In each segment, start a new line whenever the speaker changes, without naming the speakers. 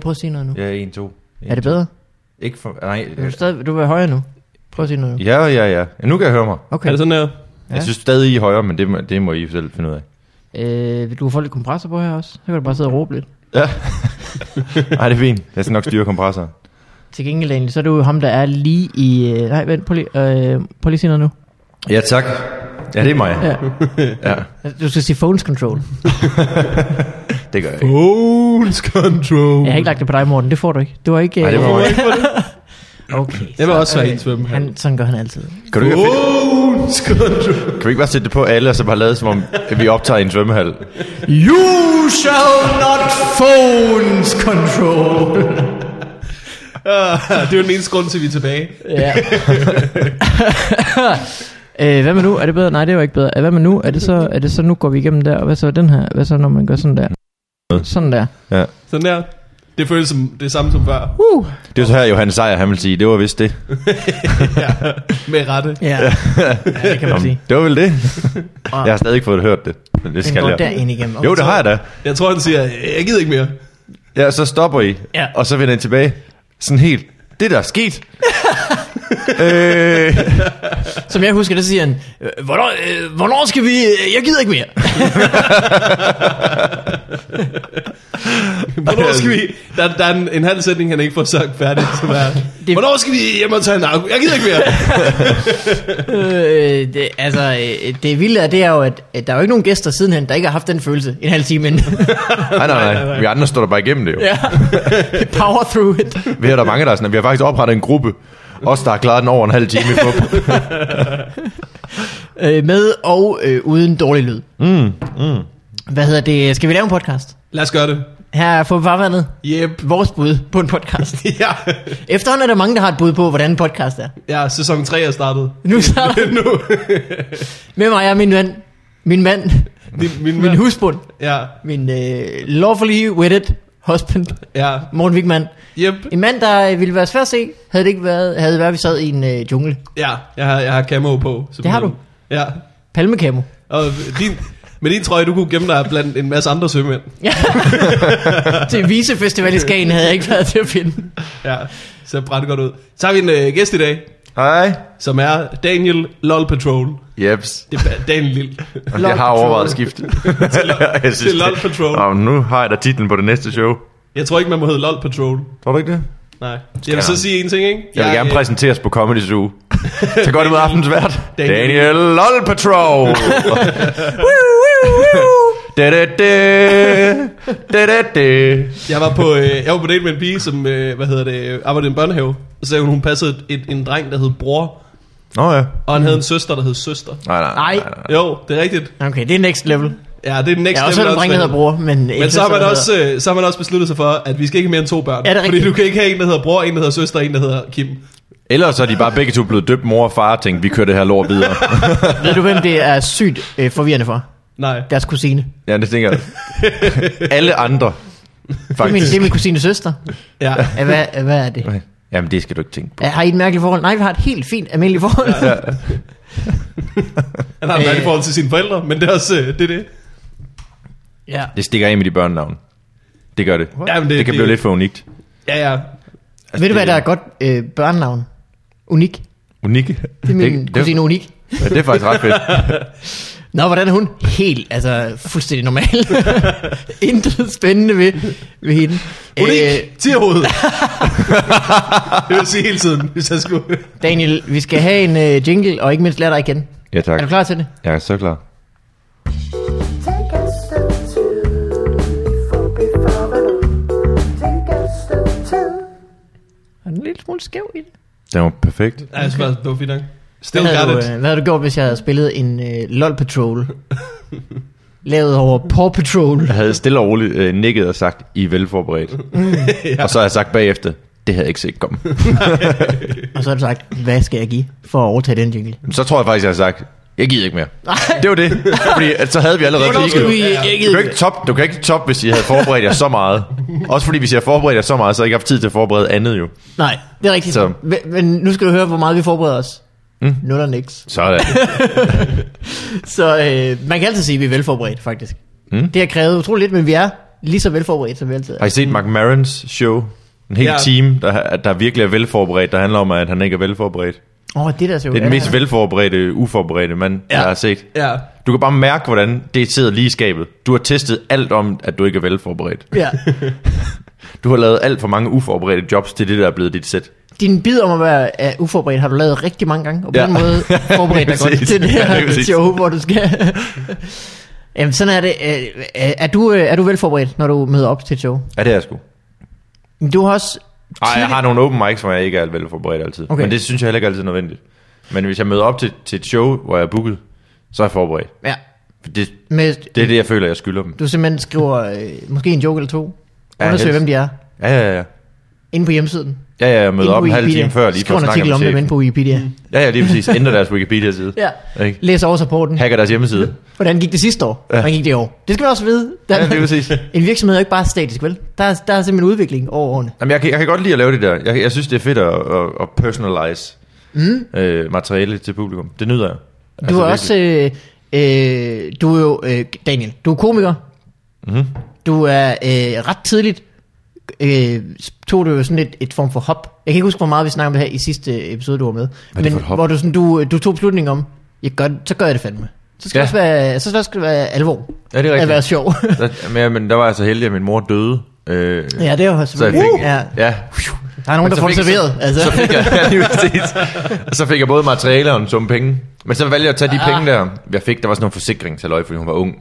prøv at sige noget nu.
Ja, 1, 2.
er det bedre?
Ikke for... Nej.
Er du, stadig, du er højere nu. Prøv at sige noget nu.
Ja, ja, ja. ja. Nu kan jeg høre mig.
Okay.
Er det sådan her?
Ja. Jeg synes stadig, I er højere, men det, må- det må I selv finde ud af.
Øh, du får lidt kompressor på her også. Så kan du bare sidde og råbe lidt.
Nej, det er fint. Jeg skal nok styre kompressoren.
Til gengæld egentlig, så er det jo ham, der er lige i... Øh, nej, vent, prøv lige, øh, prøv lige at sige noget nu.
Ja, tak. Ja, det er mig.
Ja. Altså,
Ja,
Du skal sige phones control.
det gør jeg ikke.
Phones control.
Jeg har ikke lagt det på dig, Morten. Det får du ikke. Du har ikke... øh,
Nej, det
Hvorfor
må
ikke for det?
Okay.
Jeg vil
så,
også være en svømmehal.
Han, sådan gør han altid.
Kan du ikke, have fedt-
Phones control.
kan vi ikke bare sætte det på alle, og så bare lade som om, at vi optager i en svømmehal?
You shall not phones control. Ah, det er jo den eneste grund til, at vi er tilbage.
Ja. øh, hvad med nu? Er det bedre? Nej, det var ikke bedre. Øh, Hvad med nu? Er det så, er det så nu går vi igennem der? Og hvad så er den her? Hvad så, når man gør sådan der? Sådan der.
Ja.
Sådan der. Det føles som det samme som før.
Uh!
Det er jo så her, Johan Sejer, han vil sige, det var vist det.
ja. Med rette.
Ja. ja, det kan man
Jamen,
sige. Ah.
det var vel det.
Og
Jeg har stadig ikke fået hørt det, men det
den
skal
går
jeg.
derind igennem.
Jo, det har jeg da.
Jeg tror, han siger, jeg gider ikke mere.
Ja, så stopper I,
Ja.
og så vender I tilbage. Sådan helt, det der er sket. øh,
Som jeg husker, der siger han, "Øh, hvornår, øh, hvornår skal vi... øh, Jeg gider ikke mere.
Hvornår skal vi... Der, der er en, en halv sætning, han ikke får sagt færdig. Som er,
Det-
Hvornår skal vi hjem og tage en narko? Jeg gider ikke mere.
øh, det, altså, øh, det vilde er, det er jo, at, at der er jo ikke nogen gæster sidenhen, der ikke har haft den følelse en halv time inden.
nej, nej, nej. Vi andre står der bare igennem det jo.
ja. Power through it.
Vi har der er mange, der er sådan, at vi har faktisk oprettet en gruppe. Os, der har klaret den over en halv time i fup.
Øh, med og øh, uden dårlig lyd. Mm, mm. Hvad hedder det? Skal vi lave en podcast?
Lad os gøre det.
Her er på farvandet.
Yep.
Vores bud på en podcast.
Ja,
Efterhånden er der mange, der har et bud på, hvordan en podcast er.
ja sæson 3 er startet.
Nu starter den.
nu.
med mig er min mand, min mand,
Min, min,
min
mand.
husbund,
Ja,
min øh, lawfully wedded husband,
ja.
Morten Wigman.
Yep.
En mand, der øh, ville være svær at se, havde det ikke været, havde det været, at vi sad i en øh, jungle.
Ja, jeg har, jeg har camo på. simpelthen.
Det har du.
Ja.
Palmekamo.
Og din, med din trøje, du kunne gemme dig blandt en masse andre sømænd.
Ja. til visefestival i Skagen havde jeg ikke været til at finde.
Ja, så brænder godt ud. Så har vi en øh, gæst i dag,
Hej.
som er Daniel LOL Patrol.
Jeps.
Det er ba- Daniel Lille.
Jeg har overvejet at skifte. Jeg synes,
til LOL
det-
Patrol.
Nå, men nu har jeg da titlen på det næste show.
Jeg tror ikke, man må hedde LOL Patrol.
Tror du ikke det?
Nej. Jeg vil så sige en ting, ikke?
Jeg vil gerne
øh,
præsenteres på Comedy Zoo. Så godt ud aftens vært.
Daniel.
Daniel LOL Patrol. Da, da, da. Da, da, da.
Jeg var på, øh, jeg var på date med en pige, som øh, hvad hedder det, øh, arbejdede i en børnehave. Og så sagde hun, hun passede et, et, en dreng, der hed Bror.
Nå ja.
Og han havde en søster, der hed Søster.
Nej, nej,
Nej.
nej. nej.
Jo, det er rigtigt.
Okay, det er next level.
Ja, det er next
Jeg har også
level
hørt omkring, der hedder
åndssvagt.
bror, men...
Men så har, man også, øh, så har man også besluttet sig for, at vi skal ikke have mere end to børn.
Ja, det er
fordi
rigtigt.
du kan ikke have en, der hedder bror, en, der hedder søster, og en, der hedder Kim.
Ellers så er de bare begge to blevet døbt mor og far og tænkt, vi kører det her lort videre.
Ved du, hvem det er sygt øh, forvirrende for?
Nej.
Deres kusine.
ja, det tænker jeg. Alle andre,
Det er, min, det
faktisk.
er min kusines søster.
Ja.
Ja, hvad, øh, hvad er det?
Jamen, det skal du ikke tænke på.
Ja, Har I et mærkeligt forhold? Nej, vi har et helt fint almindeligt forhold. Ja.
Han har en
Øh.
mærkelig forhold til sine forældre, men det er også øh, det. er det.
ja.
Det stikker af med de børnenavn. Det gør det.
Jamen, det-
det, det kan
det-
blive lidt for unikt.
Ja, ja.
Altså, Ved du, hvad der er et godt øh, børnenavn? Unik.
Unikke.
Det er min det, kusine
det,
Unik.
ja, det er faktisk ret fedt.
Nå, hvordan er hun? Helt, altså fuldstændig normal. Intet spændende ved, ved hende. Øh.
Unik, tierhoved. det vil jeg sige hele tiden, hvis jeg skulle.
Daniel, vi skal have en øh, jingle, og ikke mindst lære dig igen.
Ja, tak.
Er du klar til det?
Jeg er så klar.
Take a step two, for before Take a step two.
Er den en lille smule skæv i det?
Den var perfekt.
Nej, jeg synes bare, det var fint nok. Still
Hvad havde,
got
du,
it.
øh, hvad havde du gjort, hvis jeg havde spillet en øh, LOL Patrol? Lavet over Paw Patrol.
Jeg havde stille og roligt øh, nikket og sagt, I er velforberedt. ja. Og så har jeg sagt bagefter, det havde jeg ikke set komme.
Og så har du sagt, hvad skal jeg give for at overtage den jingle?
Men så tror jeg faktisk, jeg har sagt, jeg gider ikke mere.
Nej.
Det var det. Fordi at så havde vi allerede
Hvornår skal vi
kigget.
jeg
Du kan,
gider
ikke top, du kan ikke top, hvis I havde forberedt jer så meget. Også fordi, hvis jeg havde forberedt jer så meget, så har jeg ikke haft tid til at forberede andet jo.
Nej, det er rigtigt.
Så-
Men- Men nu skal du høre, hvor meget vi forbereder os. Mm. Nul og niks.
Sådan.
Så øh, man kan altid sige, at vi er velforberedt, faktisk. Mm. Det har krævet utroligt lidt, men vi er lige så velforberedt, som vi altid er.
Har I set Mark Marons show? En hel
Ja.
ja. team, der, der virkelig er velforberedt, der handler om, at han ikke er velforberedt.
Åh, oh, det der ser jo
Det er den
godt
mest
ud.
velforberedte, uforberedte mand,
Ja.
ja. jeg har set.
Ja.
Du kan bare mærke, hvordan det sidder lige i skabet. Du har testet alt om, at du ikke er velforberedt.
Ja.
Du har lavet alt for mange uforberedte jobs til det, der er blevet dit sæt.
Din bid om at være uh, uforberedt har du lavet rigtig mange gange, og på ja.
Ja.
den måde forberedt dig godt
Præcis.
til det
Ja, det er
her
præcis.
show, hvor du skal. Jamen, sådan er det. Øh, Er du, øh, er du velforberedt, når du møder op til et show?
Ja, det er jeg sgu.
Men Du har også...
Ej, jeg
tidlig-
har nogle open mics, hvor jeg ikke er velforberedt altid.
Okay.
Okay. Men det synes jeg heller ikke altid er nødvendigt. Men hvis jeg møder op til, til et show, hvor jeg er booket, så er jeg forberedt.
Ja,
For det,
med,
det er det, jeg føler, jeg skylder dem.
du simpelthen skriver øh, måske en joke eller to.
Ja,
Undersøg,
helst.
hvøm de er.
Ja, ja, ja.
Inde på hjemmesiden.
Ja, ja, jeg møder
Inde
op
på
en halv
Wikipedia.
time før, lige for
Skriv
at
en
snakke
artikel
med
om dem inde
chefen.
på Wikipedia.
Ja, ja, lige præcis. Ændrer deres Wikipedia-side.
Ja.
Ikke?
Læs over rapporten.
Hacker deres hjemmeside.
Hvordan gik det sidste år? Hvordan gik det i år? Det skal man også vide. Der,
Ja, lige præcis.
en virksomhed er jo ikke bare statisk, vel? Der er, der er simpelthen udvikling over årene.
Jamen, jeg, kan, jeg kan godt lide at lave det der. Jeg, jeg synes, det er fedt at, at, at personalize mm. øh, materiale til publikum. Det nyder jeg.
Du altså, er også... Øh, øh, du er jo... Øh, Daniel, du er komiker.
Mm-hmm.
Du er øh, ret tidligt... Øh, tog du jo sådan et, et form for hop. Jeg kan ikke huske, hvor meget vi snakkede om det her i sidste episode, du var med.
er
Men
for et hop?
hvor du, sådan, du, øh, du tog beslutningen om, jeg gør, det- så gør jeg det fandme. Så skal, ja.
Ja.
også være, så skal det også være alvor.
Ja, det er
At være
rigtigt.
sjov.
Der, men, ja, men der var jeg så heldig, at min mor døde. Øh,
øh, ja, det er jo
Så jeg
selvfølgelig...
fik,
ja.
ja.
Der er nogen,
Men
der
så
får det
fik- så-
serveret. altså.
Så fik jeg, ja, lige præcis. Og så fik jeg både materialer og en sum penge. Men så valgte jeg at tage de
Ah.
penge der. Jeg fik, der var sådan nogle forsikring til løg, fordi hun var ung.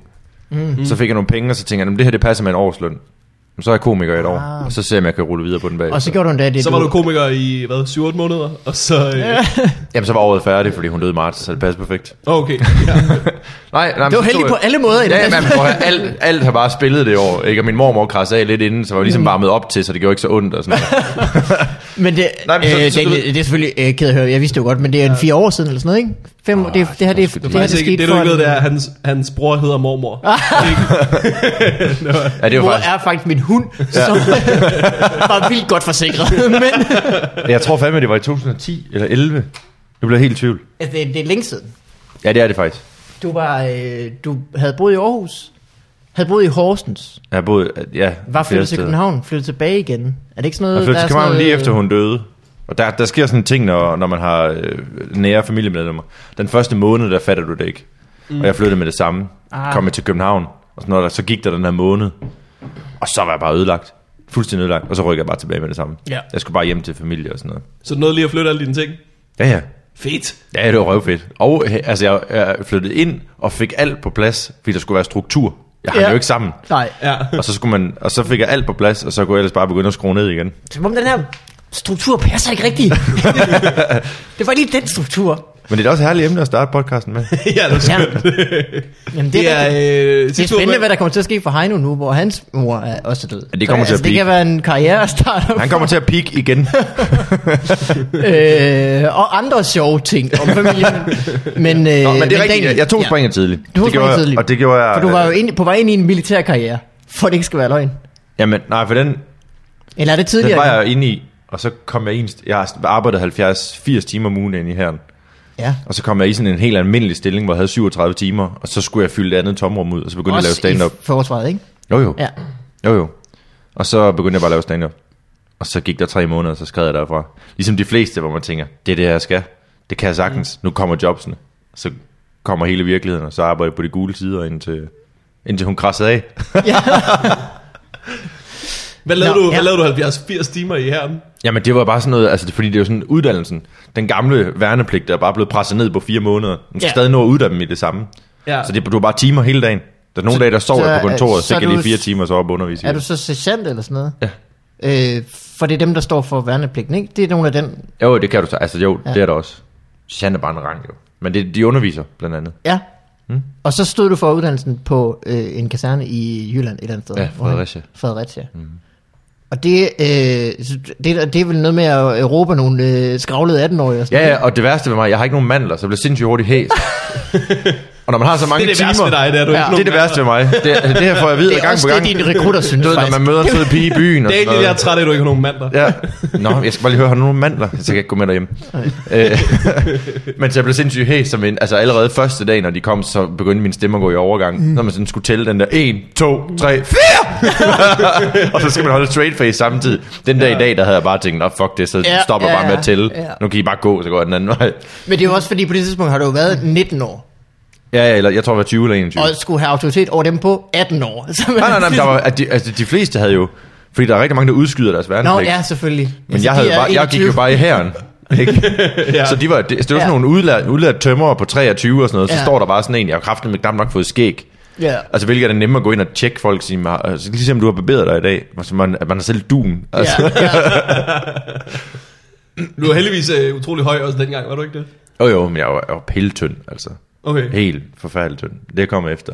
Mm. Så fik jeg nogle penge, og så tænkte jeg, "Nå, men det her det passer med en årsløn. Men så er jeg komiker i et år,
Ah.
og så ser jeg, om jeg kan rulle videre på den bag.
Og så gjorde du endda det,
Så var du komiker i, hvad, 7-8 måneder? Og så... Øh,
Jamen, så var året færdigt, fordi hun døde i marts, så det passer perfekt.
okay.
Nej, nej, men
Det var
så
heldig
stod
på
jeg-
alle måder i dag.
Ja, men prøv at høre, alt, alt har bare spillet det år, ikke? Og min mormor krassede af lidt inden, så var jeg ligesom
Mm.
varmet op til, så det gjorde ikke så ondt og sådan noget.
Men det,
Nej, men så-
øh,
så du
Daniel,
ved-
det er selvfølgelig øh, ked at høre, jeg vidste det jo godt, men det er jo en fire år siden eller sådan noget, ikke? Fem, oh, det, det her, det, er-
det
det, her, det,
Det,
det
ikke,
skete
det du
for...
ikke ved,
en-
det er, at hans, hans bror hedder mormor.
Ja, det var
Mor
faktisk,
er faktisk min hund, som var vildt godt forsikret. men
jeg tror fandme, det var i 2010 eller 11. Nu bliver jeg helt i tvivl.
altså, det, det er længe siden.
Ja, det er det faktisk.
Du, var, øh, du havde boet i Aarhus, havde boet i Horsens,
Jeg har boet, ja,
var
flere
flyttet til
steder.
København, flyttet tilbage igen. Er det ikke sådan noget...
Jeg flyttede til
er sådan
København lige
noget- øh,
efter hun døde. Og der, der sker sådan en ting, når, når man har øh, nære familiemedlemmer. Den første måned, der fatter du det ikke. Mm. Og jeg flyttede med det samme.
Ah.
Ah. Kom jeg til København. Og så, når der, så gik der den her måned. Og så var jeg bare ødelagt. Fuldstændig ødelagt. Og så rykkede jeg bare tilbage med det samme.
Ja.
Jeg skulle bare hjem til familie og sådan noget.
Så du nåede lige at flytte alle dine ting.
Ja, ja.
Fedt.
Ja, det var røvfedt. Og øh, altså, jeg, jeg flyttede ind og fik alt på plads, fordi der skulle være struktur. Jeg har
Ja.
ja. jo ikke sammen.
Nej,
Ja.
Og så, skulle man, og så fik jeg alt på plads, og så kunne jeg ellers bare begynde at skrue ned igen.
som om den her struktur passer ikke rigtigt. det var lige den struktur.
Men det er da også et herligt emne at starte podcasten med.
ja, det er
Ja.
skønt.
Jamen, det,
Det
er,
er,
rigtigt.
øh,
Det er
sidste uge-
spændende, hvad der kommer til at ske for Heino nu, hvor hans mor er også død.
Ja, det kommer
Så, altså, det
til at blive-
kan være en karrierestart.
Han kommer til at peak igen.
øh, og andre sjove ting om familien. men, øh,
Nå, men det er rigtigt. Jeg, jeg tog springet tidligt.
Du tog
det gjorde
springet
jeg,
tidligt.
Og det gjorde jeg... øh,
For du var jo ind, på vej ind i en militær karriere, for det ikke skal være løgn.
Jamen, nej, for den,
Eller er det
den
tidligere?
var jeg inde i, og så kom jeg ind... Jeg har arbejdet 70-80 timer om ugen inde i herren.
Ja.
Og så kom jeg i sådan en helt almindelig stilling, hvor jeg havde 37 timer, og så skulle jeg fylde det andet tomrum ud, og så begyndte jeg at lave
Også i
stand-up.
forsvaret, ikke?
Jo, jo.
Ja.
Jo, jo. Og så begyndte jeg bare at lave stand-up. Og så gik der tre måneder, og så skred jeg derfra. Ligesom de fleste, hvor man tænker, det er det, jeg skal. Det kan jeg sagtens.
Mm.
Nu kommer jobsene. Så kommer hele virkeligheden, og så arbejder jeg på de gule sider, indtil, indtil hun krassede af.
ja.
Hvad lavede
Nå,
du,
ja.
hvad lavede du 70-80 timer i her?
Jamen, det var bare sådan noget, altså det- fordi det er jo sådan uddannelsen. Den gamle værnepligt, der er bare blevet presset ned på fire måneder. Man skal
Ja.
ja. stadig nå at uddanne dem i det samme.
Ja.
Så det, du er bare timer hele dagen. Der er nogle
Så-
dage, der sover
så
jeg på
er-
kontoret,
så
så,
er
så kan
du-
de fire timer så op og undervise.
Er
i
du
det.
så sergeant eller sådan noget?
Ja.
Øh, for det er dem, der står for værnepligten, ikke? Det er nogle af den...
Jo, det kan du så. Altså jo,
Ja.
ja. det er der også. Sjand er bare en rang, jo. Men det, de underviser, blandt andet.
Ja. Mm. Og så stod du for uddannelsen på øh, en kaserne i Jylland et eller andet sted.
Ja,
Hvor han-
Fredericia.
Fredericia. Mm. Og det, øh, så det, det er vel noget med at råbe nogle øh, skravlede 18-årige og sådan
Ja, ja, og det værste ved mig, jeg har ikke nogen mandler, så jeg bliver sindssygt hurtigt hæs. Og når man har så mange
Det er det
timer...
værste ved dig, det er, du
Ja.
ikke
det er det værste ved mig. Det, det her får jeg videre
Det er
gang
også
på
det,
gang.
dine rekrutter synes,
Du ved, når
faktisk.
man møder en fed pige i byen og
Det er
sådan
egentlig,
noget.
jeg er træt af, at du ikke har nogen mandler.
Ja. Nå, jeg skal bare lige høre, har du nogle mandler? Så kan jeg ikke gå med derhjemme. Øh, men så jeg blev sindssygt hæs, som en, altså allerede første dag, når de kom, så begyndte min stemme at gå i overgang. Mm. Når man sådan skulle tælle den der 1, 2, 3, 4! og så skal man holde straight face samtidig. Den dag i dag, der havde jeg bare tænkt, nå fuck det, så
Ja,
ja, stopper
ja,
ja, bare med at tælle.
ja.
Ja. Nu kan I bare gå, så går jeg den anden vej.
Men det er jo også fordi, på det tidspunkt har du jo været 19 år,
Ja, ja, eller jeg tror, jeg var 20 eller 21.
og skulle have autoritet over dem på 18 år. Så man-
Nej, nej, nej, men der var, at de, altså, de fleste havde jo... Fordi der er rigtig mange, der udskyder deres
Nå,
værnepligt.
ja, selvfølgelig.
Men jeg, havde bare, jeg gik jo bare i hæren. Ikke? ja. Så de var, det, det var
Ja.
sådan nogle udlært, udlært tømmer på 23 og sådan noget, så
Ja.
ja. står der bare sådan en, jeg har kraften med knap nok fået skæg.
Ja.
Altså, hvilket er det nemmere at gå ind og tjekke folk, sige, "Ma- altså, lige se, om du har barberet dig i dag. Altså, man, at man har selv duen. Altså,
Ja, ja.
Du var heldigvis øh, utrolig høj også dengang, var du ikke det?
ja. jo, jo, men jeg var, jeg var piltynd, altså.
Okay.
Helt forfærdeligt tynd. Det kom efter.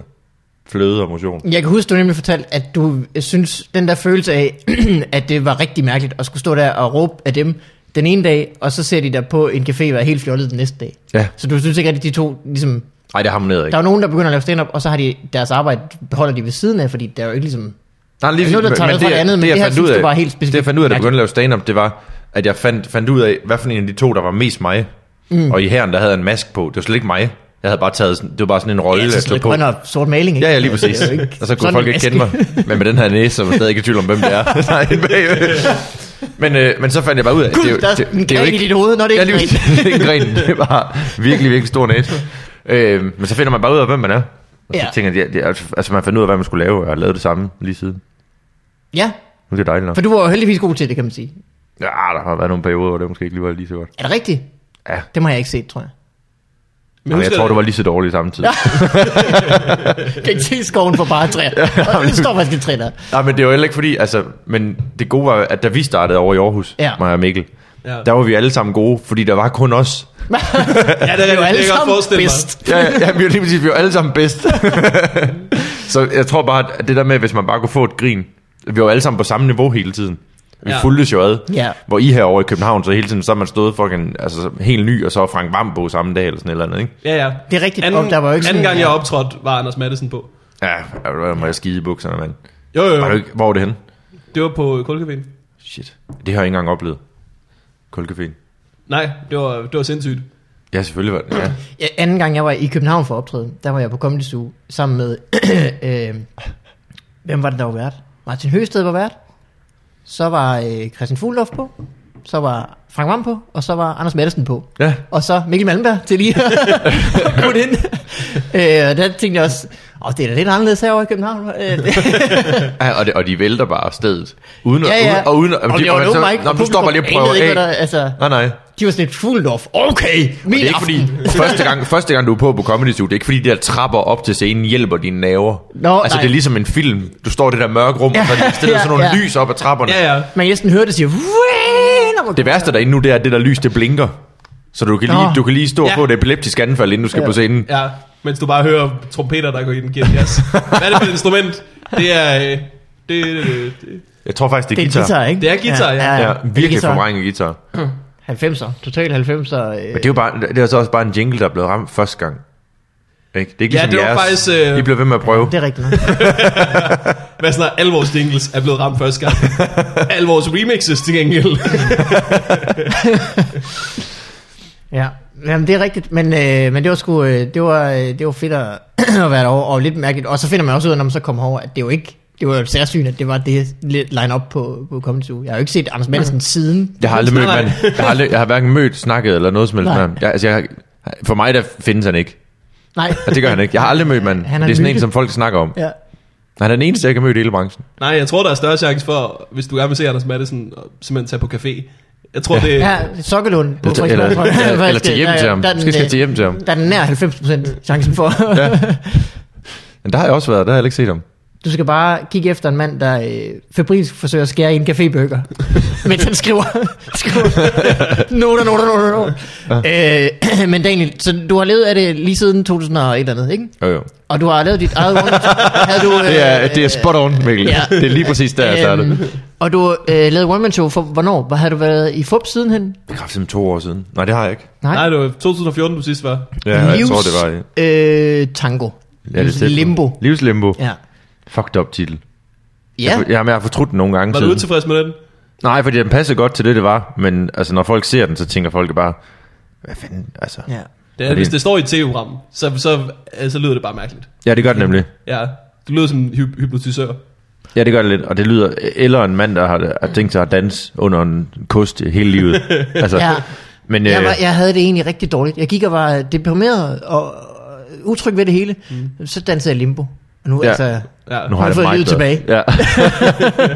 Fløde og motion.
Jeg kan huske, du nemlig fortalte, at du synes, den der følelse af, at det var rigtig mærkeligt at skulle stå der og råbe af dem den ene dag, og så ser de dig på en café være helt fjollet den næste dag.
Ja.
Så du synes ikke, at de to ligesom...
Nej, det harmonerede
Der
ikke.
er jo nogen, der begynder at lave stand-up, og så har de deres arbejde, beholder de ved siden af, fordi der er jo ikke ligesom...
Der er lige,
Nu er der taget noget fra det andet, men det her synes du var helt specifikt
Det jeg fandt ud af, da jeg
mærkeligt.
begyndte at lave stand-up, det var, at jeg fandt, fandt ud af, hvad for en af de to, der var mest mig. Mm. Og i herren, der havde jeg en mask på. Det var slet ikke mig. Jeg havde bare taget sådan, det var bare sådan en rolle,
Ja,
jeg
så
stod
altså, sådan
på.
grøn og sort maling, ikke? Altså,
Ja, ja, lige præcis.
Det er jo ikke
Og så kunne
sådan
folk
en
ikke kende mig.
maske.
Men med den her næse, så var jeg stadig ikke i tvivl om, hvem det er. Nej, bagved. men, øh, men så fandt jeg bare ud af, at
Gud, der er en gren i dit hoved. Nå, det er
ja,
ikke
lige præcis. det er ikke gren. Det var virkelig, virkelig stor næse. Øh, men så finder man bare ud af, hvem man er. Og så
Ja.
tænker jeg, det er- altså man fandt ud af, hvad man skulle lave, og jeg har lavet det samme lige siden.
Ja,
Nu er det dejligt nok.
for du var jo heldigvis god til det, kan man sige.
Ja, der har været nogle perioder, hvor det måske ikke lige var lige så godt.
Er det rigtigt?
Ja.
Dem har jeg ikke set, tror jeg.
Men jeg
husker
tror,
det-
det var lige så dårligt samtidig. Ja.
Jeg kan ikke se skoven for bare træer. Og det står faktisk et træ der.
Nej, men det var heller ikke fordi, altså, men det gode var, at da vi startede over i Aarhus,
Ja.
ja. mig og Mikkel,
Ja.
der var vi alle sammen gode, fordi der var kun os.
Ja, det er,
Det er jo alle
rigtigt, det kan jeg godt
sammen
forestille mig.
bedst.
Ja, ja, ja vi var lige præcis, vi var alle sammen bedst. så jeg tror bare, at det der med, hvis man bare kunne få et grin, vi var alle sammen på samme niveau hele tiden. Vi
Ja.
ja. fulgtes jo ad.
Ja.
Hvor I herovre i København, så hele tiden, så har man stået fucking, altså, helt ny, og så Frank Vambo samme dag, eller sådan et eller andet, ikke?
Ja, ja.
Det er rigtigt,
Anden,
og der var jo ikke
anden
sådan-
gang, jeg optrådte, var Anders Madsen på.
Ja, der må jeg skide i bukserne, mand.
Jo, jo,
Var du
jo.
ikke, hvor var det henne?
Det var på Kulkeven.
Shit. Det har jeg ikke engang oplevet. Koldcaféen.
Nej, det var, det var sindssygt.
Ja, selvfølgelig var det. Ja.
Ja, anden gang jeg var i København for optræden, der var jeg på Comedy Zoo sammen med... øh, hvem var det, der var vært? Martin Høsted var vært. Så var øh, Christian Fuglendorf på. Så var Frank Vam på. Og så var Anders Madsen på.
ja.
Og så Mikkel Malmberg til lige at putte ind. Øh, og der tænkte jeg også, åh, det er da lidt anderledes herovre i København. Øh,
ja og, det, og de vælter bare stedet. Uden, at-
ja, ja.
uden, og uden,
og det var jo ikke.
Nå, men du står bare lige og prøver
ikke,
af.
hvad der, altså,
Nej, nej.
de var sådan lidt Fuglendorf. Okay, min
Det er ikke
aften.
fordi, første gang, første gang du er på på Comedy Zoo, det er ikke fordi, de der trapper op til scenen hjælper dine naver.
Nå,
altså,
nej.
det er ligesom en film. Du står i det der mørke rum, og så er
Ja,
der stillet
ja,
sådan nogle
ja.
lys op ad trapperne.
Ja, ja.
Man kan næsten høre det sige, "Wah!" når man
Det værste derinde nu, det er, at det der lys, det blinker. Så du kan
Nå.
lige, du kan lige stå og
Ja.
få et epileptisk anfald, inden du skal
Ja.
på scenen.
Ja, mens du bare hører trompeter, der går i den gear jazz. Hvad er det for et instrument? Det er... øh, Det, det, det, det.
Jeg tror faktisk, det
Det
er
er
guitar.
guitar, ikke?
Det er guitar, ja.
Ja, virkelig
guitar.
forvrænget guitar.
90'er, totalt 90'er. Øh.
Men det er jo bare, det er så også bare en jingle, der er blevet ramt første gang. Ikke? Det er ikke
Ja,
ligesom
det var
jeres.
faktisk, øh,
I blev ved med at prøve.
Det er rigtigt.
Hvad sådan noget, alle vores jingles er blevet ramt første gang. alle vores remixes til gengæld.
ja. Jamen, det er rigtigt, men, øh, men det var sgu, øh, det var, øh, det var fedt at, at være derovre, og lidt mærkeligt. Og så finder man også ud af, når man så kommer over, at det jo ikke, det var jo et særsyn, at det var det line-up på, på Comedy Zoo. Jeg har jo ikke set Anders Madsen siden.
Jeg har aldrig
Nej,
mødt
nej.
manden. Jeg har, aldrig, jeg har hverken mødt, snakket eller noget som helst
Nej.
med ham. Jeg, altså, jeg, for mig, der findes han ikke.
Nej.
Og det gør han ikke. Jeg har aldrig mødt manden.
Han
Han
er
er det er sådan
myte.
en, som folk snakker om.
Ja.
Han er den eneste, jeg kan møde i hele branchen.
Nej, jeg tror, der er større chance for, hvis du gerne vil se Anders Madsen, at simpelthen tage på café. Jeg tror, det er...
Ja, Sokkelund. på
Eller,
Frederiksberg, tror jeg.
eller, eller
Faktisk,
til hjem
der-
til ham.
Der, er den,
Måske skal jeg til
øh,
hjem til ham.
der er den nær 90% chancen for.
Men der har jeg også været. Der har jeg heller ikke set ham.
Du skal bare kigge efter en mand, der øh, febrilsk forsøger at skære i en cafébøger, mens han skriver, skriver noter, noter, noter, noter. Øh, men Daniel, så du har levet af det lige siden 2000 og et eller andet, ikke?
Jo, jo.
Og du har lavet dit eget one-man show. Havde du, øh,
Det er, det er spot on, Mikkel.
ja.
Ja. Det er lige præcis der, jeg startede.
Øhm, og du øh, lavede One Man Show for hvornår? Hvor- Har du været i FUP sidenhen?
Det er kraftigt to år siden. Nej, det har jeg ikke.
Nej.
Nej, det var 2014, du sidst var.
Ja, jeg tror, det var... Ja,
Øh, tango.
det er tæt på.
Limbo.
Livslimbo. Ja.
Ja.
Fucked up titel.
Ja.
Jeg, jeg, jeg har fortrudt den nogle gange
Var du
siden.
utilfreds med den?
Nej, fordi den passer godt til det, det var. Men altså, når folk ser den, så tænker folk bare, hvad fanden, altså. Ja,
ja.
Det er,
Fordi-
hvis det står i et tv-program, så, så, øh, så lyder det bare mærkeligt.
ja det gør det nemlig.
Ja, du lyder som en hy- hypnotisør.
Ja, det gør det lidt. Og det lyder, eller en mand, der har, har tænkt sig at danse under en kost hele livet. altså,
Ja.
ja. Men
Jeg,
øh,
var, jeg havde det egentlig rigtig dårligt. Jeg gik og var deprimeret og øh, utryg ved det hele. Mm. Så dansede jeg limbo. Og nu ja.
Ja.
altså...
Ja.
nu
har
har
jeg fået
jeg det meget
livet
bedre.
tilbage.
Ja.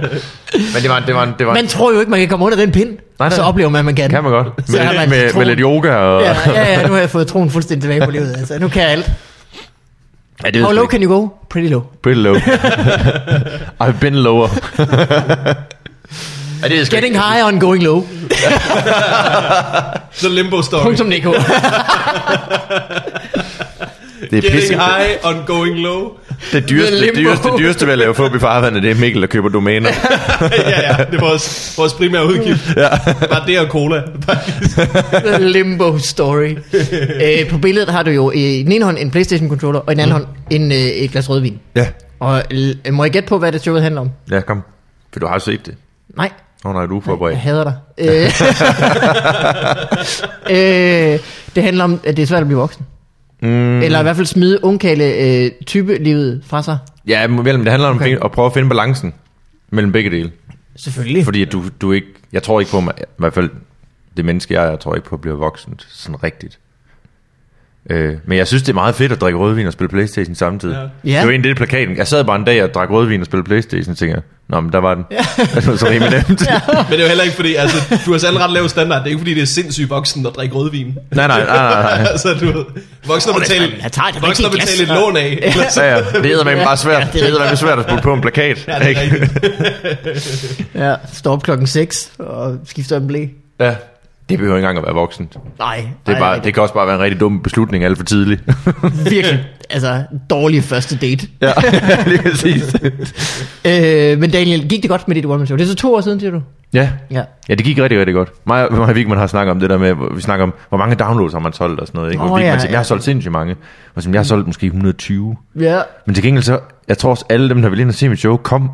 men det var, det var, det var
Man tror jo ikke, man kan komme under den pind. Nej,
nej.
så oplever man, at man kan.
kan man godt.
Så er
Med,
man
med,
troen.
med lidt yoga og...
Ja, ja, ja, nu har jeg fået troen fuldstændig tilbage på livet. Altså, nu kan jeg alt.
ja det
How
er
low can you go? Pretty low.
Pretty low. I've been lower. ja, det er sgu
Getting
ikke-
high on going low.
Så limbo story.
Punktum .dk.
Det er pisse.
Getting high on going low.
Det dyreste,
The
det
limbo.
dyreste, det dyreste ved at lave fup i farvandet, det er Mikkel, der køber domæner.
ja, ja, det er vores, vores primære udgift. ja. Bare det og cola. Faktisk.
The limbo story. øh, på billedet har du jo øh, i den ene hånd en Playstation controller, og i den anden mm. hånd en, øh, et glas rødvin.
ja.
Og øh, må jeg gætte på, hvad det showet handler om?
Ja, kom. For du har jo set det.
Nej,
Åh oh, nej, du er forberedt.
Jeg hader dig. Øh, øh, det handler om, at det er svært at blive voksen. Mm. Eller i hvert fald smide ungkale øh, typelivet fra sig.
Ja, mellem, det handler om okay. at prøve at finde balancen mellem begge dele.
Selvfølgelig.
Fordi at du, du ikke, jeg tror ikke på, at- i hvert fald det menneske jeg er, jeg tror ikke på at blive voksen sådan rigtigt. Øh, men jeg synes, det er meget fedt at drikke rødvin og spille Playstation samtidig.
Ja.
Ja.
Ja.
Det var egentlig det plakaten. Jeg sad bare en dag og drak rødvin og spillede Playstation, og tænkte, jeg, Nå, men der var den. Ja. det var så rimelig nemt. Ja.
Men det er jo heller ikke fordi, altså, du har selv ret lav standard. Det er ikke fordi, det er sindssygt voksen at drikke rødvin.
Nej, nej, nej, nej, nej.
altså, du ved, voksen at betale,
fanden, jeg tager det
voksen at
rigtige
betale et
glas.
lån af. Eller så,
Ja, ja. Det er med bare svært.
Ja, det er
det er med svært at spille på en plakat.
ja, Altså, det er
ikke?
rigtigt.
Ja, står op klokken 6 og skifter en blæ.
ja. Det behøver ikke engang at være voksen.
Nej,
Det, er
nej,
bare,
nej,
det kan også bare være en rigtig dum beslutning alt for tidligt.
er virkelig altså, dårlig første date.
ja, lige præcis.
Øh, men Daniel, gik det godt med dit one show? Det er så to år siden, siger du?
ja.
Ja.
ja, det gik rigtig, rigtig godt. Mig og, mig og Vigman har snakket om det der med, hvor vi snakker om, hvor mange downloads har man solgt og sådan noget. Ikke? Hvor
Åh,
oh, Vigman
ja,
ja, siger,
ja.
jeg har solgt sindssygt mange. Og som jeg har solgt måske 120.
Ja.
Men til gengæld så, jeg tror også alle dem, der ville ind og se mit show, kom.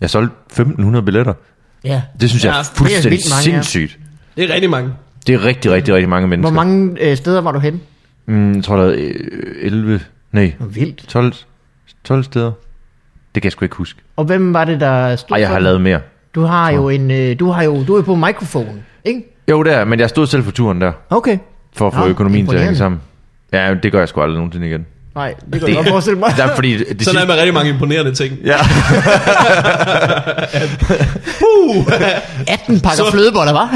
Jeg solgte 1500 billetter.
ja.
Det synes ja,
Ja,
jeg
det
er
er
fuldstændig
vildt mange, ja.
sindssygt.
Det er rigtig mange.
Det er rigtig, rigtig, rigtig mange mennesker.
Hvor mange øh, steder var du henne?
Mm, jeg tror, der er øh, 11... Nej,
Vildt.
12, 12 steder. Det kan jeg sgu ikke huske.
Og hvem var det, der stod
Nej, jeg
for
har
den?
lavet mere.
Du har jo en, øh, du har jo, du er på mikrofonen, ikke?
Jo, der, men jeg stod selv for turen der,
Okay.
for at få
Nå,
Nå, økonomien til at hænge
imponerende.
sammen. Ja, det gør jeg sgu aldrig nogensinde igen.
Nej, det kan
Det-
jeg godt forestille mig.
Der, er fordi det, det
Sådan er
sidste,
med rigtig mange imponerende ting.
ja,
18 pakker
Så-
flødeboller, var.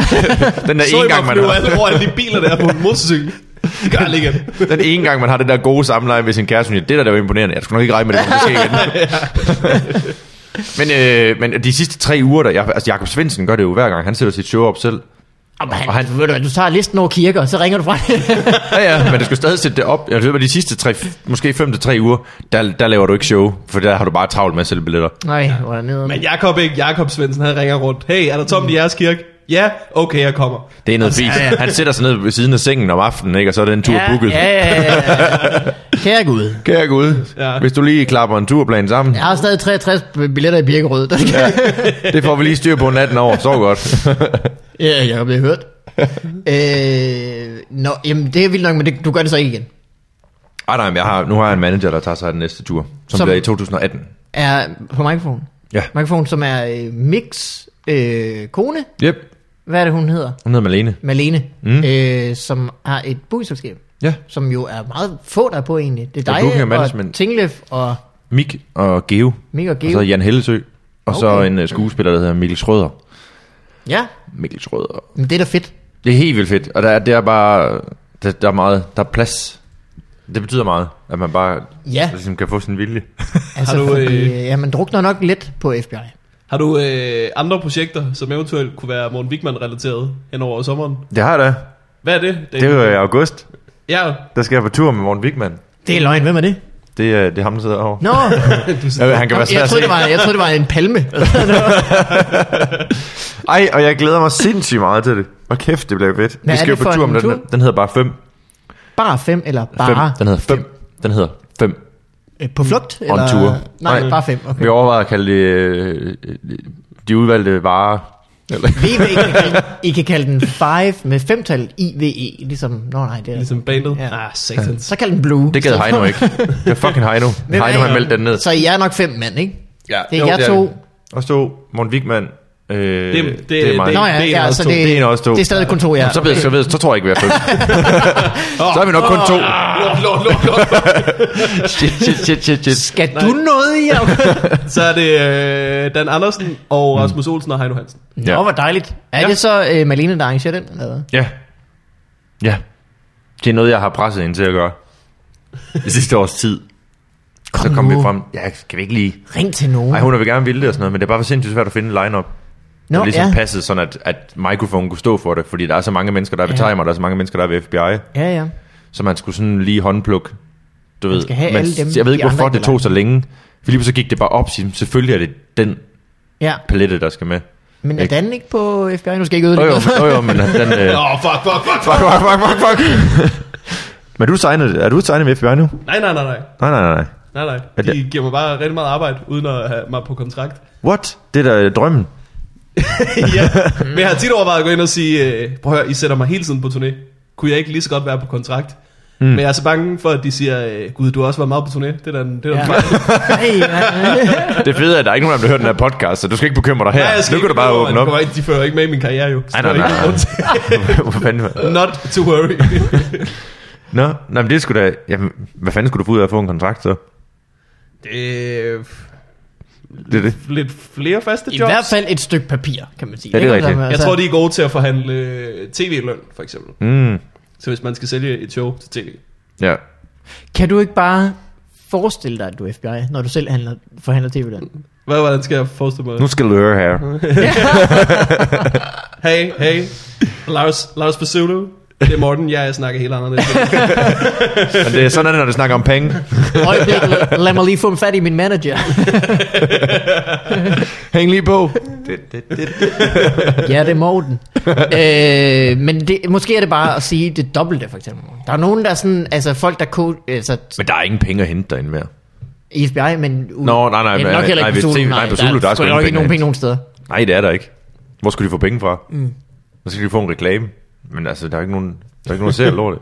den der
Så
ene
jeg
gang,
bare
man
flyve
har,
alle over alle de biler der på en motorcykel. Det gør jeg aldrig igen.
den ene gang, man har det der gode samleje med sin kæreste, synes jeg, det der, der var imponerende. Jeg skulle nok ikke regne med, det kom til at ske igen. men, øh, men de sidste tre uger, der, jeg, altså Jakob Svendsen gør det jo hver gang. Han sætter sit show op selv.
Jamen,
Og
han,
han-
du, ved du, hvad, du tager listen over kirker, og så ringer du fra
Ja, ja, men du skal stadig sætte det op. Jeg ved, de sidste tre, måske fem til tre uger, der, der laver du ikke show, for der har du bare travlt med at sælge billetter.
Nej, hvor er det nede.
Men Jakob ikke, Jakob Svendsen, han ringer rundt. Hey, er der tomt i jeres kirke? Ja, okay, jeg kommer.
Det er noget fint.
Altså, ja, ja.
Han sætter sig ned ved siden af sengen om aftenen, ikke? og så er den tur
ja,
booket.
ja, ja, ja, ja. Kære Gud.
Kære Gud,
Ja.
ja. hvis du lige klapper en turplan sammen,
Jeg
ja.
har stadig 63 billetter i Birkerød. Der skal...
det får vi lige styr på natten over. Så godt.
Ja, Jacob, det har jeg hørt. øh, nå, jamen, det er vildt nok, men det, du gør det så ikke igen.
Ej, nej, men jeg har, nu har jeg en manager, der tager sig af den næste tur, som,
Som-
som bliver i 2018.
Er på mikrofonen.
Ja.
Mikrofonen, som er øh, Mix øh, kone.
Yep.
Hvad er det, hun hedder?
Hun hedder Malene.
Malene, mm. øh, som har et budselskab,
Ja.
som jo er meget få der er på egentlig. Det er
Ja,
dig
booking
og,
og management.
Tinglef og
Mik og Geo.
Mik og
Og så
Geo.
Jan Hellesø. Og okay. så
Okay.
en øh, skuespiller, der hedder Mikkel Schrøder.
Ja,
Mikkel Schrøder.
men det er da fedt.
Det er helt vildt fedt, og der, er- det er bare, der, der er meget, der er plads. Det betyder meget, at man bare
Ja.
ligesom, kan få sin vilje.
Altså,
du,
du, fordi,
øh,
øh... ja, man drukner nok lidt på FBI.
Har du øh, andre projekter, som eventuelt kunne være Morten Wigman-relateret hen over sommeren?
Det har jeg da.
Hvad er det?
Det er jo i august.
Ja,
Der skal jeg på tur med Morten Wigman.
Det er løgn, hvem er det?
Det er, det er ham, der sidder herovre.
Nå,
Ja, han kan være
jeg,
svær
troede,
at se.
det var, jeg troede, det var en palme.
Ej, og jeg glæder mig sindssygt meget til det. Hvor kæft, det bliver fedt.
Hvad er
Vi skal jo
det
på
for
tur
en
med den.
tur?
her. Den hedder bare 5.
Bare fem, eller bare
Den hedder 5. Den hedder 5.
øh, på flugt?
On
Eller?
tour.
Nej,
Nej.
bare fem. Okay.
Vi overvejer at kalde det øh, øh, de udvalgte varer. Eller,
VV, I kan, kalde, I kan kalde den 5 med femtal IVE, ligesom, nå nej, det er,
ligesom bandet.
Ja.
Ja. Ah, satans.
så kald den Blue.
det gad Heino ikke. Det er fucking Heino.
Hvem er
Heino
I?
har meldt den ned.
Så I er nok fem mænd, ikke?
Ja,
Det er jer to.
Og to. Morten Wigman. Øh, det,
det- det-
Nå ja,
Det er en af
ja
os
så
to.
det,
Det er en af os to.
det er stadig kun to, ja.
Så, ved, så, ved, så tror jeg ikke, vi er fem. så er vi nok kun to.
Lort, lort, lort, lort.
Shit, shit, shit, shit, shit.
Skal du noget i? Okay.
Så er det øh, Dan Andersen og
Mm.
Rasmus Olsen og Heino Hansen.
Nå, hvor dejligt. Er
Ja.
det så øh, Malene, der arrangerer den? Eller? hvad?
Ja. Ja. Det er noget, jeg har presset hende til at gøre. Det sidste års tid.
Kom
Så kom
nu.
vi frem. Ja, kan vi ikke lige...
Ring til nogen.
Nej, hun vil gerne ville det og sådan noget, men det er bare for sindssygt svært at finde en line-up.
Nå,
Nå, det ligesom
ja.
ja. passede sådan, at, at mikrofonen kunne stå for det, fordi der er så mange mennesker, der er ved
Ja.
Timer, og der er så mange mennesker, der er ved FBI,
ja, ja.
så man skulle sådan lige håndplukke, du ved.
skal have
men
alle dem,
jeg ved ikke,
de
hvorfor
andre
det
ikke
tog
vil
så længe. For lige så gik det bare op, sig, selvfølgelig er det den
Ja,
palette, der skal med.
men er
Ikke.
Dan ikke på FBI? Nu skal jeg ikke ødelægge
Jo jo,
noget.
jo, jo men den... Øh,
Åh, oh, fuck, fuck, fuck.
fuck, fuck, fuck, fuck, fuck. men du signede, er du signet med FBI nu?
Nej, nej, nej, nej.
Nej, nej, nej, nej.
Nej,
Er
nej.
det-
De giver mig bare rigtig meget arbejde, uden at have mig på kontrakt.
What? Det er da øh, drømmen.
ja.
Mm.
Men jeg har tit overvejet at gå ind og sige, øh, prøv at høre, I sætter mig hele tiden på turné. Kunne jeg ikke lige så godt være på kontrakt? Mm. Men jeg er så bange for, at de siger, øh, gud, du har også været meget på turné. Det er da en, det er da
Ja.
en fejl.
Nej, ja.
Det fede er, at der er ikke nogen, der har hørt den her podcast, så du skal ikke bekymre dig her.
Nej, jeg skal
nu kan
ikke
du bare
gå over,
åbne
man
op.
går ind, De fører ikke med i min karriere jo. Så
Nej, nej,
der er
nej,
ikke nogen
Hvor fanden var-
til- Not to worry.
Nå, nej, men det skulle da... Jamen, hvad fanden skulle du få ud af at få en kontrakt, så?
det er
Det er det.
lidt flere faste
I
jobs.
hvert fald et stykke papir, kan man sige.
Ja, det er
Ikke?
rigtigt.
Altså,
Jeg tror, de er gode til at forhandle øh, tv-løn, for eksempel.
Mm,
Så hvis man skal sælge et show til tv.
ja.
Kan du ikke bare forestille dig, at du er FBI, når du selv handler, forhandler tv-land?
Hvad, hvordan skal jeg forestille mig?
Nu skal du høre her.
Hey, hey. Lars, Lars Basulu. Det er Morten. Ja, jeg snakker helt anderledes.
Men det er sådan, er det, når det snakker om penge.
Øjeblik, lad mig lige få en fat i min manager.
Hæng lige på. Det, det, det.
ja, det er Morten. øh, men det, måske er det bare at sige det dobbelte, for eksempel. Der er nogen, der er sådan, altså folk, der ko, altså
Men der er ingen penge at hente derinde mere.
i FBI, men... u-
Nå, nej, nej,
men
nej,
nok heller
nej,
ikke
hvis
Zulu,
TV nej, på Zulu, der er
sgu
sgu ingen
nok
penge
ikke nogen
herinde.
penge nogen steder.
Nej, det er der ikke. Hvor skulle de få penge fra? Mm. Så skal de få en reklame. Men altså, der er ikke nogen, der er ikke nogen, der ser lortet.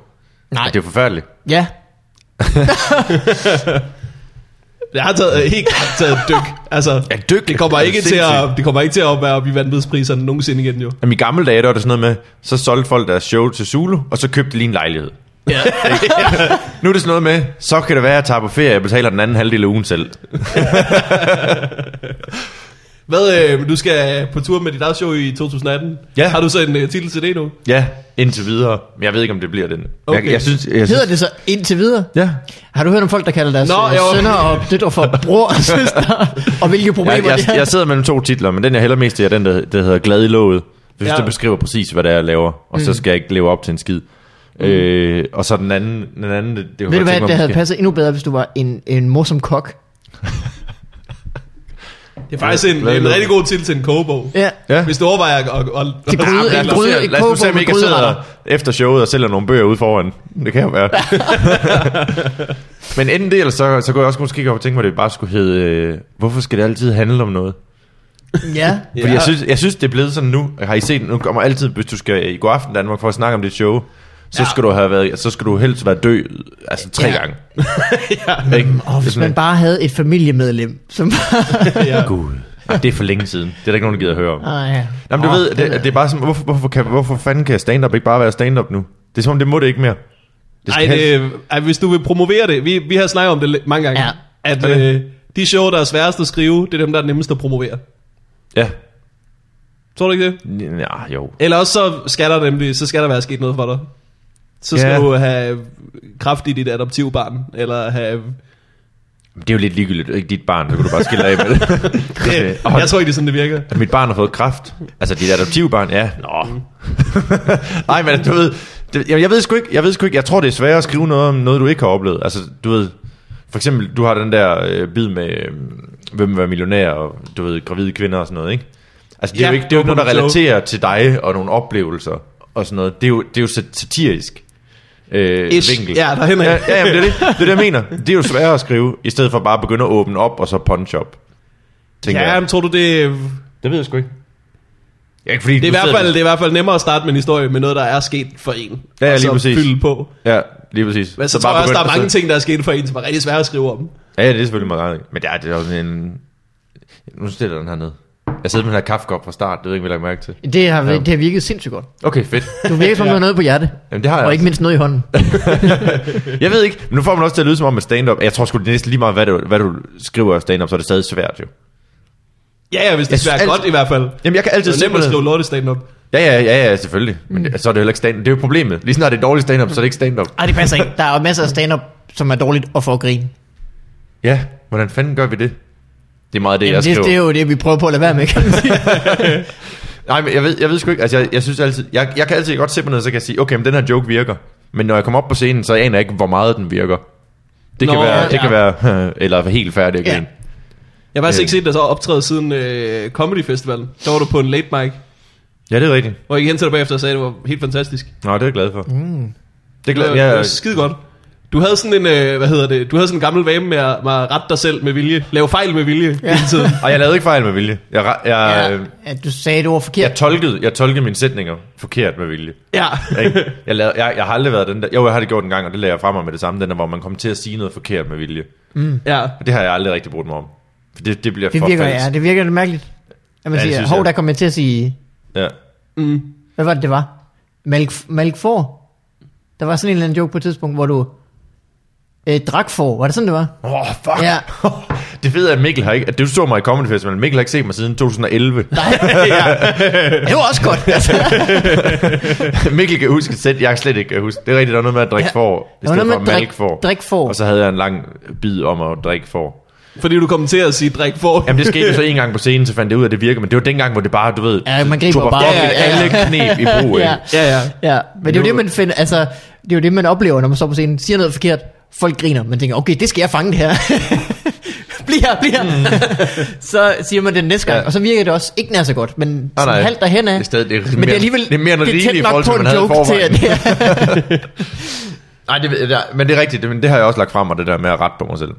Nej.
Og Det er forfærdeligt.
Ja,
Jeg har taget, øh, helt klart taget et dyk. Altså,
Ja, dyk.
det kommer,
Det er
ikke til at,
sindssygt.
det kommer ikke til at være op i vanvidspriserne nogensinde igen, jo.
Jamen, I gamle dage, der var det sådan noget med, så solgte folk deres show til Zulu, og så købte de lige en lejlighed.
Ja.
nu er det sådan noget med, så kan det være, at jeg tager på ferie og betaler den anden halvdel af ugen selv.
Hvad, øh, du skal på tur med dit eget show i 2018.
Ja.
Har du så en øh, titel til det nu?
Ja, indtil videre. Men Jeg ved ikke, om det bliver den. Okay.
Okay.
Jeg, jeg synes, jeg synes,
hedder det så indtil videre?
Ja.
Har du hørt om folk, der kalder deres
Nå,
Nå,
jo.
sønner og døtre for bror og søster? og hvilke
Jeg,
problemer
jeg,
det er?
jeg sidder mellem to titler, men den jeg hælder mest til er den, der, der hedder Glad i låget. Jeg synes,
Ja.
ja. det beskriver præcis, hvad det er, jeg laver, og mm. så skal jeg ikke leve op til en skid. Mm. Øh, og så den anden, den anden det, det kunne
Ved du hvad,
jeg godt tænke mig,
det havde
måske-
passet endnu bedre, hvis du var en, en morsom kok.
Det er faktisk en,
Glædelig
en
lov.
rigtig god titel til en kogebog.
Ja.
Ja.
Hvis du overvejer at... at, at,
Til
at
gryde-
Lad os, nu
Gryde-
se, lad os nu se,
kogebog
om I
med
kan sidde
gryderetter.
her efter showet og sælger nogle bøger ude foran. Det kan jo være. men enten det, eller så, så kunne jeg også måske godt tænke mig, at det bare skulle hedde, øh, hvorfor skal det altid handle om noget?
Ja.
Fordi jeg, synes, jeg synes, det er blevet sådan nu. Har I set, nu kommer altid, hvis du skal i går aften Danmark for at snakke om dit show, så
Ja.
ja. skal du have været, så skal du helst være død, altså tre
Ja.
ja. gange. ja. Ikke?
Og
Det er
hvis man
sådan,
bare havde et familiemedlem, som bare...
ja.
Gud. Ej, det er for længe siden. Det er der ikke nogen, der gider at høre om.
Ah, ja.
Jamen, du
Åh,
ved, det,
den er-
det, er bare sådan, hvorfor, hvorfor, kan, hvorfor fanden kan stand-up ikke bare være stand-up nu? Det er som om, det må det ikke mere. Det
Ej,
skal helst-
det, ej, hvis du vil promovere det, vi, vi har snakket om det lidt- mange gange,
Ja.
ja. at
Okay.
øh, de show, der er sværest at skrive, det er dem, der er nemmest at promovere.
Ja.
Tror du ikke det?
Ja, jo.
Eller også så skal der nemlig, så skal der være sket noget for dig. Så skal
Ja.
du have kraftigt i dit adoptivbarn, eller have...
Men Det er jo lidt ligegyldigt. Det er Ikke dit barn, så kunne du bare skille dig af med det. Okay.
Det, jeg tror ikke, det er sådan, det virker.
At mit barn har fået kraft. Altså dit adoptivbarn, ja. Nå.
Mm.
Nej, men du ved, det, jeg, jeg ved sgu ikke, jeg ved sgu ikke, jeg tror det er sværere at skrive noget om noget, du ikke har oplevet. Altså, du ved, for eksempel, du har den der øh, bid med, øh, hvem vil være millionær, og du ved, gravide kvinder og sådan noget, ikke? Altså, det er
Ja,
jo ikke, det er jo ikke
open
noget, der
joke.
relaterer til dig og nogle oplevelser og sådan noget. Det er jo, det er jo sat- satirisk. Øh,
Ish.
vinkel.
Ja, derhenad.
ja, ja, jamen, det er det. Det er det, jeg mener. Det er jo sværere at skrive, i stedet for bare at begynde at åbne op og så punch op. Tænker
Ja,
jeg.
men tror du, det,
Det ved jeg sgu ikke. Ja, ikke fordi
det, er i hvert fald, det er i hvert fald nemmere at starte med en historie med noget, der er sket for en.
Ja, ja,
og
lige
så
præcis.
fylde på.
Ja, lige præcis.
Men så, så tror jeg også, der
begynd- altså-
er mange
så-
ting, der er sket for en, som er rigtig svære at skrive om.
Ja, ja, det er selvfølgelig meget rart. Men det er, det er jo sådan en... Nu stiller jeg den her ned. Jeg sidder med den her kaffekop fra start, det ved jeg ikke, hvad jeg mærke til.
Det har,
Ja.
det har virket sindssygt godt.
Okay, fedt.
Du virker som om, du har noget på hjerte.
Jamen, det har jeg
Og ikke mindst noget i hånden.
Jeg ved ikke, men nu får man også til at lyde som om med stand-up. Jeg tror sgu det er næsten lige meget, hvad du, hvad du skriver af stand-up, så er det stadig svært jo.
Ja, ja, hvis det
Jeg
er
synes
svært
altid-
godt i hvert fald.
Jamen, jeg kan altid
Det Mm. er nemt at
simpelthen-
skrive lortet stand-up.
Ja, ja, ja, ja, selvfølgelig. Men det, så er det jo heller ikke stand Det er jo problemet. Lige snart det er dårligt stand-up, så er det ikke stand-up.
Ej, det passer ikke. Der er jo masser af stand-up, som er dårligt at få at grine.
Ja, hvordan fanden gør vi det? Det er meget det,
Jamen,
jeg
det,
skriver.
det, er jo det, vi prøver på at lade være med, kan man sige.
Nej, men jeg ved, jeg ved sgu ikke, altså jeg, jeg synes altid, jeg, jeg kan altid godt se på noget, så kan jeg sige, okay, men den her joke virker. Men når jeg kommer op på scenen, så aner jeg ikke, hvor meget den virker. Det kan
Nå,
være,
ja.
det kan være eller helt færdig
Ja.
igen.
Jeg har faktisk
Øh.
ikke set dig så optræde siden øh, Comedy Festival. Der var du på en late mic,
Ja. ja, det er rigtigt.
hvor jeg gik hen til dig bagefter og sagde, at det var helt fantastisk.
Nå, det er jeg glad for. Mm. Det er
Det
glad,
var, det var
jeg,
skide godt. Du havde sådan en, øh, hvad hedder det, du havde sådan en gammel vane med at, med at rette dig selv med vilje. Lave fejl med vilje ja. hele tiden.
og jeg lavede ikke fejl med vilje. Jeg, ra- jeg,
Ja,
jeg,
at du sagde et ord forkert.
øhm, jeg, tolkede, jeg tolkede mine sætninger forkert med vilje.
Ja.
Ikke? Jeg, lavede, jeg, jeg har aldrig været den der, jo, jeg har det gjort en gang, og det lagde jeg fra mig med det samme, den der, hvor man kom til at sige noget forkert med vilje.
ja.
Og det har jeg aldrig rigtig brugt mig om. For det, det bliver
Det
for
virker,
falsk.
ja, det virker lidt mærkeligt. At man ja,
Ja, det
siger,
synes
hov,
jeg.
der kom jeg til at sige,
Ja.
Mm.
hvad var det, det var? Malk, malk for? Der var sådan en eller anden joke på et tidspunkt, hvor du øh, drak for. Var det sådan, det var?
Åh, oh, fuck.
Ja.
det fede er, at Mikkel har ikke... At du så mig i Comedy Festival. Mikkel har ikke set mig siden 2011.
Nej, ja. Det var også godt. Altså,
Mikkel kan huske et sæt, jeg slet ikke kan huske. Det er rigtigt, der var noget med at drikke
Ja.
ja. for, i
der var
stedet
noget
for
med drik,
malk for.
drik for.
Og så havde jeg en lang bid om at drikke for.
Fordi du kom til at sige, drik for.
Jamen det skete jo så en gang på scenen, så fandt jeg ud af, at det virker, men det var dengang, hvor det bare, du ved,
Ja, man griber
tog
bare-
fucking
Ja, ja, ja.
alle knep i brug.
Ja.
ja.
Ja, ja.
Ja, men det er jo det, man finder, altså, det er jo det, man oplever, når man står på scenen, siger noget forkert, folk griner, man tænker, okay, det skal jeg fange det her. bliv her, bliv her. så siger man det næste gang, ja.
Mm. Ja.
og så virker det også ikke nær så godt, men
Nej,
sådan
nej.
halvt derhen af.
Det er stadig- det er
men det
mere-
er alligevel,
det er mere end
det
rigeligt
tæt
i
nok
forhold til,
på
hvad
en
man
joke
havde i
til, at
forvejen.
det er.
Nej, det, ved- ja, men det er rigtigt, det, men det har jeg også lagt frem, og det der med at rette på mig selv.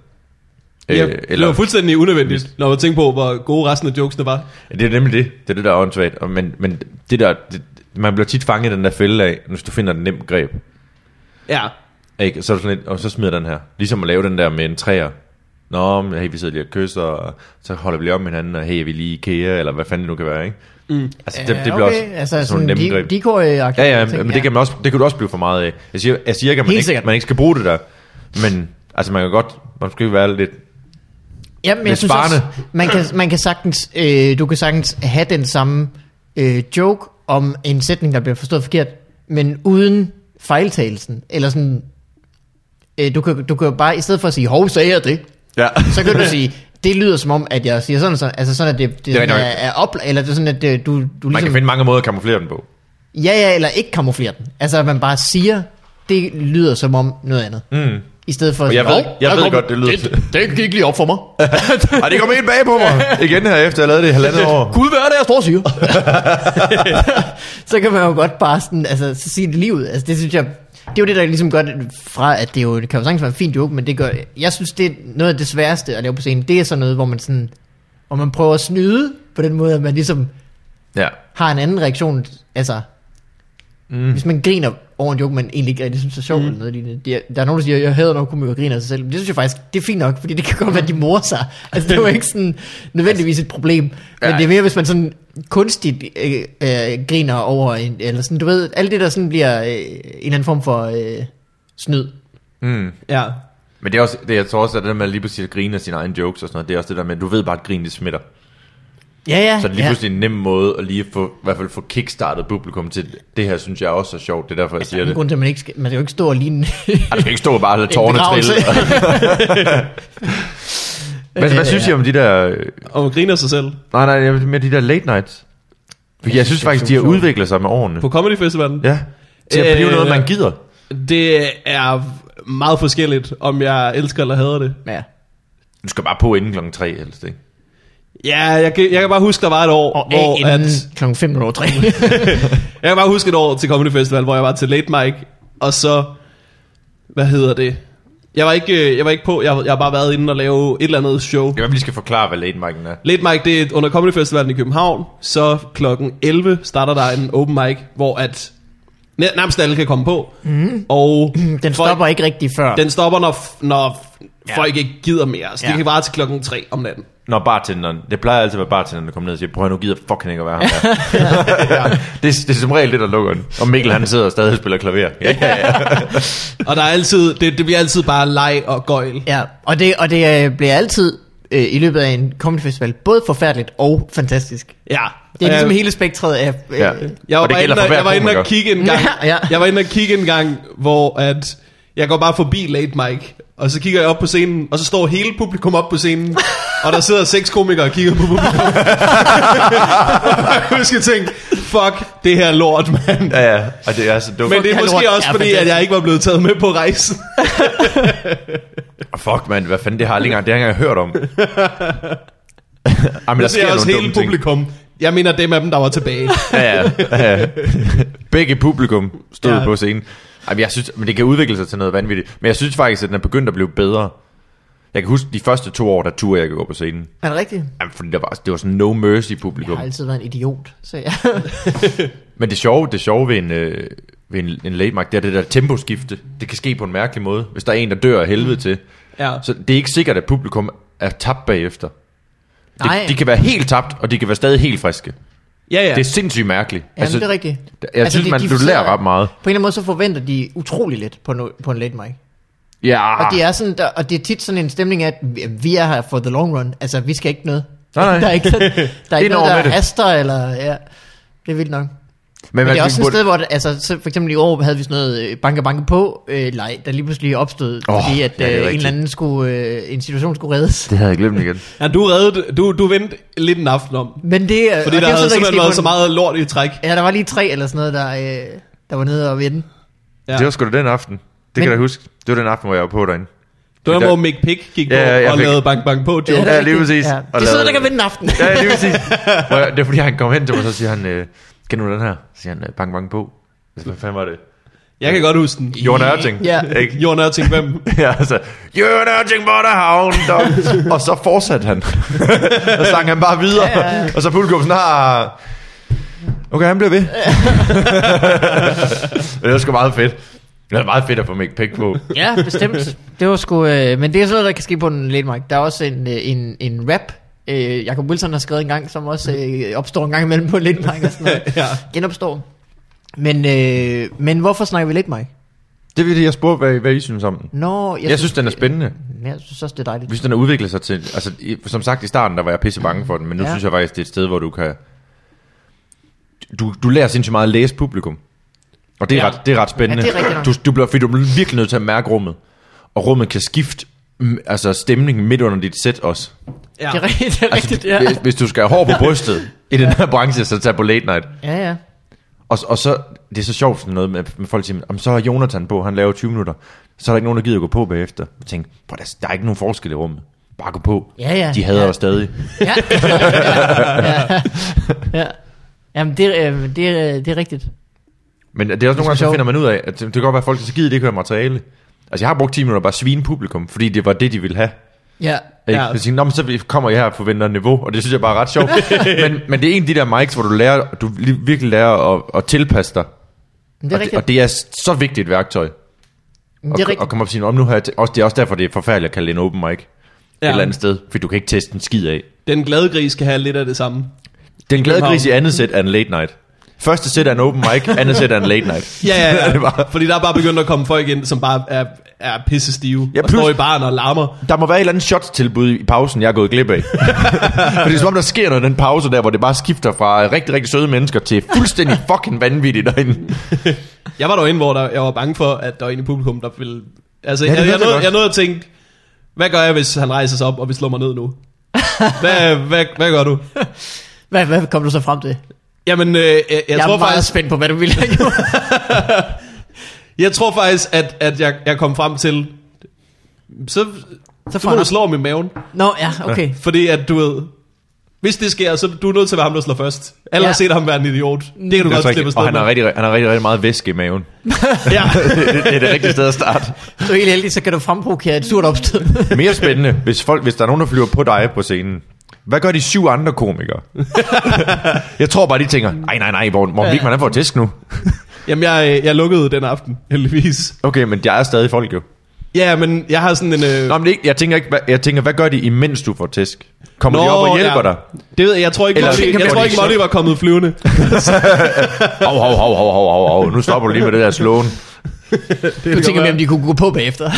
Øh,
ja. Det var fuldstændig unødvendigt, når man tænker på, hvor gode resten af jokesene var.
Ja, Det er nemlig det. Det er det, der er åndssvagt. Og Men, men det der, det, man bliver tit fanget i den der fælde af, hvis du finder et nemt greb.
Ja.
Ikke? Så er du sådan lidt, og så smider den her. Ligesom at lave den der med en træer. Nå, men hey, vi sidder lige og kysser, og så holder vi lige om hinanden, og hey, er vi lige i IKEA, eller hvad fanden det nu kan være, ikke? Mm. Altså, det, det bliver også
altså,
sådan
sådan
nogle nemme
de,
greb.
de går øh,
Ja, ja, men det, kan man også, det kan du også blive for meget af. Jeg siger, jeg siger ikke, at man
Helt
ikke,
sikkert.
man ikke skal bruge det der, men altså, man kan godt, man skal være lidt...
Ja, men
Lidt
jeg synes også,
sparende.
man kan, man kan sagtens, øh, du kan sagtens have den samme øh, joke om en sætning, der bliver forstået forkert, men uden fejltagelsen, eller sådan, øh, du, kan, du kan jo bare, i stedet for at sige, hov, sagde jeg det,
Ja.
så kan du sige, det lyder som om, at jeg siger sådan, så, altså sådan, at det, det
er
sådan, er,
nok.
er op, eller det er sådan, at det, du, du
Man kan
ligesom,
finde mange måder at kamuflere den på.
ja, ja, eller ikke kamuflerer den, altså at man bare siger, det lyder som om noget andet,
Mm.
i stedet for at
Og jeg
sige,
ved,
"Hov,
jeg
der
ved
kom-
godt, det lyder...
det, det gik ikke lige op for mig.
Ej, det kom helt bag på mig. Igen her efter, jeg lavede det i halvandet år.
Gud, hvad er det, jeg står og siger? så kan man jo godt bare sådan, altså, så sige det lige ud. Altså, det synes jeg, det er jo det, der ligesom gør det fra, at det jo det kan jo sagtens være en fin joke, men det gør, jeg synes, det er noget af det sværeste at lave på scenen. Det er sådan noget, hvor man sådan, hvor man prøver at snyde på den måde, at man ligesom
Ja.
har en anden reaktion. Altså, mm. hvis man griner over en joke, man egentlig ikke rigtig synes er sjov mm. eller noget lignende. Det er- Der er nogen, der siger, jeg hader, når komikere griner af sig selv. Men det synes jeg faktisk, det er fint nok, fordi det kan godt være, at de morer sig. Altså, det er jo ikke sådan nødvendigvis et problem. Men
Ja.
det er mere, hvis man sådan kunstigt øh, øh, griner over, en, eller sådan, du ved, alt det, der sådan bliver øh, en eller anden form for øh, snyd.
Mm.
Ja.
Men det er også, det, jeg tror også, at det der med lige pludselig at grine af sine egne jokes og sådan noget, det er også det der med, at du ved bare, at grin det smitter.
Ja, ja.
Så er det lige
ja.
pludselig en nem måde at lige få, i hvert fald få kickstartet publikum til, det her synes jeg også er sjovt, det er derfor, jeg
Der er
siger
ingen
det.
grund til, at man ikke skal, man skal jo ikke stå og ligne
Ej, du kan ikke stå og bare lade tårerne
begravelse.
trille. hvad, hvad synes I om de der...
Og man griner sig selv.
Nej, nej, jeg vil mere de der late nights. Fordi jeg synes faktisk, de har udviklet sig med årene.
På Comedy Festivalen.
Ja, til at blive
Øh,
noget, man gider.
Det er meget forskelligt, om jeg elsker eller hader det.
Ja.
Du skal bare på inden klokken tre helst, ikke?
Ja, jeg kan, jeg kan bare huske, der var et år,
Og A
hvor
inden
at,
klokken 5 over 3.
Jeg kan bare huske et år til Comedy Festival, hvor jeg var til Late Mike, og så, hvad hedder det? Jeg var ikke, øh, jeg var ikke på, jeg, jeg har bare været inde og lave et eller andet show.
Jeg hvert fald lige skal forklare, hvad late mic'en er.
Late Mike, det er under Comedy Festivalen i København, så klokken 11 starter der en open mic, hvor at næ- nærmest alle kan komme på. Mm. Og
Den
folk-
stopper ikke rigtig før.
Den stopper, når, f- når
Ja.
ja. folk ikke gider mere. Så ja.
Ja.
det kan vare til klokken 3 om natten.
Når bartenderen, det plejer altid at være bartenderen, der kommer ned og siger, prøv at høre, nu gider jeg fucking ikke at være her. ja. det, er- det, er som regel det, der lukker den. Og Mikkel han sidder og stadig spiller klaver. Ja, ja, ja.
Og der er altid, det, det bliver altid bare leg og gøjl.
Ja, og det, og det øh, bliver altid øh, i løbet af en comedy festival både forfærdeligt og fantastisk.
Ja.
Det er ligesom
Øh,
hele spektret af... Øh,
ja.
Jeg var,
og det
bare
gælder
inde,
for
og-
hver
jeg var inde
komiker.
og kigge en gang.
Ja, ja.
Jeg var inde og kigge en gang, hvor at jeg går bare forbi late mic, og så kigger jeg op på scenen, og så står hele publikum op på scenen, og der sidder seks komikere og kigger på publikum. jeg husker jeg tænkte, fuck det her lort, mand.
Ja, ja, og det er så dumt.
Men det
her
er måske
lort
også
er
fordi, at
fantastisk.
jeg ikke var blevet taget med på rejsen.
Og Ah, Fuck, mand, hvad fanden, det har jeg ikke engang, det har jeg ikke engang hørt om. Ej, men der
Så ser
sker
jeg også
nogle dumme
hele
ting.
publikum. Jeg mener dem af dem, der var tilbage.
Ja, ja, ja. Begge publikum stod
Ja.
ja. på scenen. Ej, men, jeg synes, men det kan udvikle sig til noget vanvittigt. Men jeg synes faktisk, at den er begyndt at blive bedre. Jeg kan huske, de første to år, der turde jeg ikke gå på scenen.
Er det rigtigt?
Jamen, fordi der var, det var sådan no mercy
Jeg
publikum.
har altid været en idiot, så jeg...
Men det sjove, det sjove ved en, øh, ved en, en late mark, det er det der temposkifte. Det kan ske på en mærkelig måde, hvis der er en, der dør af helvede til.
Ja.
Så det er ikke sikkert, at publikum er tabt bagefter. De,
Nej,
de kan være helt tabt, og de kan være stadig helt friske.
Ja, ja.
Det er sindssygt mærkeligt.
Jamen, altså, det er rigtigt.
Jeg altså, synes,
det-
man,
de
du lærer
forsøger-
ret meget.
På en eller anden måde, så forventer de utrolig lidt på, no, på en late mic.
Ja.
Og, det er sådan, der, og det er tit sådan en stemning af, at vi- vi er her for the long run. Altså, vi skal ikke noget.
Nej, nej.
der er ikke, der er ikke
Ind over
noget, der
med det.
haster, eller... Ja, det er vildt nok.
Men,
Men det er også et
burde-
sted, hvor det, altså, så for eksempel i år havde vi sådan noget øh, banke banke på øh, leg, der lige pludselig opstod,
Åh,
oh, fordi at
ja, det er
ja, en
rigtigt.
eller anden skulle, øh, en situation skulle reddes.
Det havde jeg glemt igen.
ja du reddede, du, du vendte lidt en aften om.
Men det, øh,
Fordi
og
der
det er
havde
sådan, kan
simpelthen
ske
været
på
så
en-
meget lort i træk.
Ja, der var lige tre eller sådan noget, der, øh, der var nede og vende.
Ja.
Ja. Det var sgu da den aften. Det Men,
Men-
kan jeg da huske. Det var den aften, hvor jeg var på derinde.
Det var
Der-
hvor Mick Pick gik
Ja, ja,
ja,
jeg
på og
fik-
lavede bank bank på joke.
Ja, lige præcis. Og
Det er
lavede-
sådan, der kan vinde en aften.
Ja, det vil sige. Hvor jeg, det er fordi, han kom hen til mig, og så siger han, øh, kender du den her? Så siger han, øh, bang bang på. Altså, hvad fanden var det?
Jeg kan godt huske den.
Jorden Ørting.
Ja.
Ikke?
Jorden Ørting, hvem?
Ja, altså, Jørgen Ørting var der havn, dog." Og så fortsatte han. og sang han bare videre.
Ja, ja.
Og så publikum sådan, ah, okay, han bliver ved. det var sgu meget fedt. Det var meget fedt at få Mick Pick på.
ja, bestemt. Det var sgu, øh, men det er sådan noget, der kan ske på en late mic. Der er også en, øh, en, en rap, øh, Jacob Wilson har skrevet en gang, som også øh, opstår en gang imellem på en late mic og sådan noget.
ja.
Genopstår. Men, øh, men hvorfor snakker vi late mic?
Det vil det, jeg spurgte, hvad, hvad I synes om den.
Nå, jeg,
Jeg, jeg synes, den er spændende.
Ja, Jeg synes også, det er
Jeg
dejligt.
synes, den har udviklet sig til... Altså, i- som sagt i starten, der var jeg pisse bange for den, men nu
Ja.
ja. synes jeg faktisk, det er et sted, hvor du kan... Du, du lærer sindssygt meget at læse publikum. Og det er,
Ja.
ja. ret, det er ret spændende.
Ja, det er rigtigt nok.
du, du bliver, fordi du bliver virkelig nødt til at mærke rummet. Og rummet kan skifte mm, altså stemningen midt under dit sæt også.
ja.
Det er rigtigt, det er
Altså,
rigtigt, ja.
hvis, hvis du skal have hår på brystet i den her branche, så tag på late night.
Ja, ja.
Og, og så, det er så sjovt sådan noget med, med folk siger, "Jamen, så er Jonathan på, han laver 20 minutter. Så er der ikke nogen, der gider at gå på bagefter. Jeg tænker, "Bro, der, er- der er ikke nogen forskel i rummet. Bare gå på.
Ja, ja.
De hader
Ja.
ja. os stadig.
Ja, ja. ja. Jamen, det, er, øh, det, er, øh, det er rigtigt.
Men det er også nogle gange, så
sjovt.
finder man ud af, at det det kan godt være, at folk så gider de ikke høre materiale. Altså, jeg har brugt 10 minutter bare at svine publikum, fordi det var det, de ville have.
Ja.
Ikke?
Ja.
Ja. Tænker, Nå, men så vi- kommer jeg her og forventer niveau, og det synes jeg bare er ret sjovt. men, men det er en af de der mics, hvor du, lærer, du li- virkelig lærer at, at tilpasse dig.
Men det er
og, det,
rigtigt.
og det er så vigtigt et værktøj.
Men
Og,
det er
og
rigtigt.
komme op og sige, om nu har jeg t- også, det er også derfor, det er forfærdeligt at kalde det en open mic. Ja. Et eller
ja.
andet sted, fordi du kan ikke teste en skid af.
Den glade gris skal have lidt af det samme.
Den glade
København.
gris i andet sæt er en late night. Første sæt er en open mic, andet sæt er en late night.
Ja,
Sådan
ja,
er
ja.
det bare.
Fordi der er bare begyndt at komme folk ind, som bare er, er pisse stive.
Ja,
Ja, og står
plus-
i baren og larmer.
Der må være et eller andet shotstilbud i pausen, jeg er gået glip af. For det er som om, der sker noget i den pause der, hvor det bare skifter fra rigtig, rigtig søde mennesker til fuldstændig fucking vanvittigt derinde.
Jeg var derinde, hvor der, jeg var bange for, at der var en i publikum, der ville... Altså,
Ja,
ja,
det
jeg, jeg,
hørte jeg
nåede,
godt.
jeg nåede at tænke, hvad gør jeg, hvis han rejser sig op og vil slå mig ned nu? Hvad, hvad, hvad gør du?
Hvad, hvad kom du så frem til? Jeg,
Jamen, øh, jeg, jeg,
jeg
tror
er meget
faktisk,
spændt på, hvad du ville have gjort.
jeg tror faktisk, at, at jeg, jeg kom frem til... Så,
Så får
så får du
han-
slå mig i maven.
Nå, ja, okay.
Fordi at du ved... Hvis det sker, så du er nødt til at være ham, der slår først. Alle
Ja.
ja. har set ham være en idiot. Det kan du
Jeg
godt
tror
slippe
ikke, og
afsted
han har,
med.
rigtig, han har rigtig, rigtig meget væske i maven.
Ja.
det, det er det rigtige sted at starte.
Du er helt heldig, så kan du fremprovokere et surt opstød.
Mere spændende, hvis, folk, hvis der er nogen, der flyver på dig på scenen. Hvad gør de syv andre komikere? jeg tror bare, de tænker, nej, nej, nej, hvor, hvor Wigman er for tæsk nu.
Jamen, jeg, øh, jeg lukkede den aften, heldigvis.
Okay, men der er stadig folk jo.
Ja, men jeg har sådan en... Øh,
Nå, men det er ikke, jeg, tænker ikke, hvad, jeg tænker, hvad gør de, imens du får tæsk? Kommer Nå, de op og hjælper ja. dig?
Det ved jeg, jeg tror ikke,
Eller-
Eller, Monty, jeg tror ikke, Monty var kommet flyvende.
Hov, hov, hov, hov, hov, hov, hov, nu stopper du lige med det der slåen.
Du tænker, hvem de kunne gå på bagefter.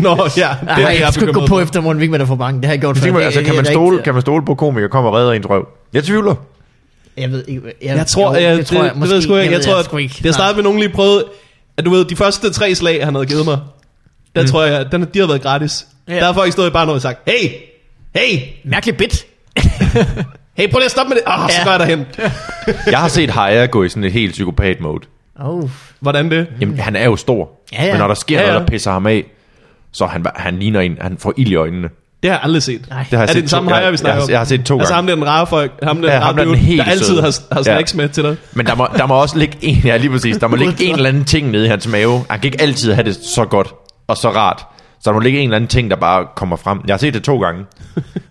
Nå, ja.
Nej,
Det er
jeg
jeg
skulle ikke gå
bekymret
på
for.
efter Morten Wigman, der får banken. Det har jeg gjort
Jeg
før.
tænker,
Det-
altså,
det
kan
er
man,
der
stole,
ikke-
kan man stole på, at komikere kommer og redder en røv? Jeg tvivler.
Jeg ved ikke. Jeg,
Jeg tror, jeg, det, det, det ved jeg sgu ikke. Jeg tror, at det har startet med, at nogen lige prøvede... At du ved, de første tre slag, han havde givet mig, der tror jeg, den, de har været gratis.
Mm. Ja.
Der har folk stået i bare noget og sagt, hey, hey,
Mærkelig bit.
hey, prøv lige at stoppe med det. Ah, så
Ja.
går jeg derhen.
Jeg har set Haya gå i sådan et helt psykopat-mode.
Oh.
Hvordan det?
Jamen, han er jo stor.
Ja, ja.
Men når der sker
Ja,
ja,
ja.
ja. noget, der pisser ham af, så han, han ligner en, han får ild i øjnene.
Det har jeg aldrig set.
Nej.
har jeg
er
set
det den samme
to-
hajer,
jeg-
vi snakker
jeg har-
om?
jeg har set to gange.
Altså ham der den rare folk, ham der
Ja,
den
ham der den
rare dude, der
helt
altid
søde.
har, har
Ja.
snacks med til dig.
Men der må, der må også ligge en, ja, lige præcis, der må ligge en eller anden ting nede i hans mave. Han kan ikke altid have det så godt og så rart. Så der må ligge en eller anden ting, der bare kommer frem. Jeg har set det to gange.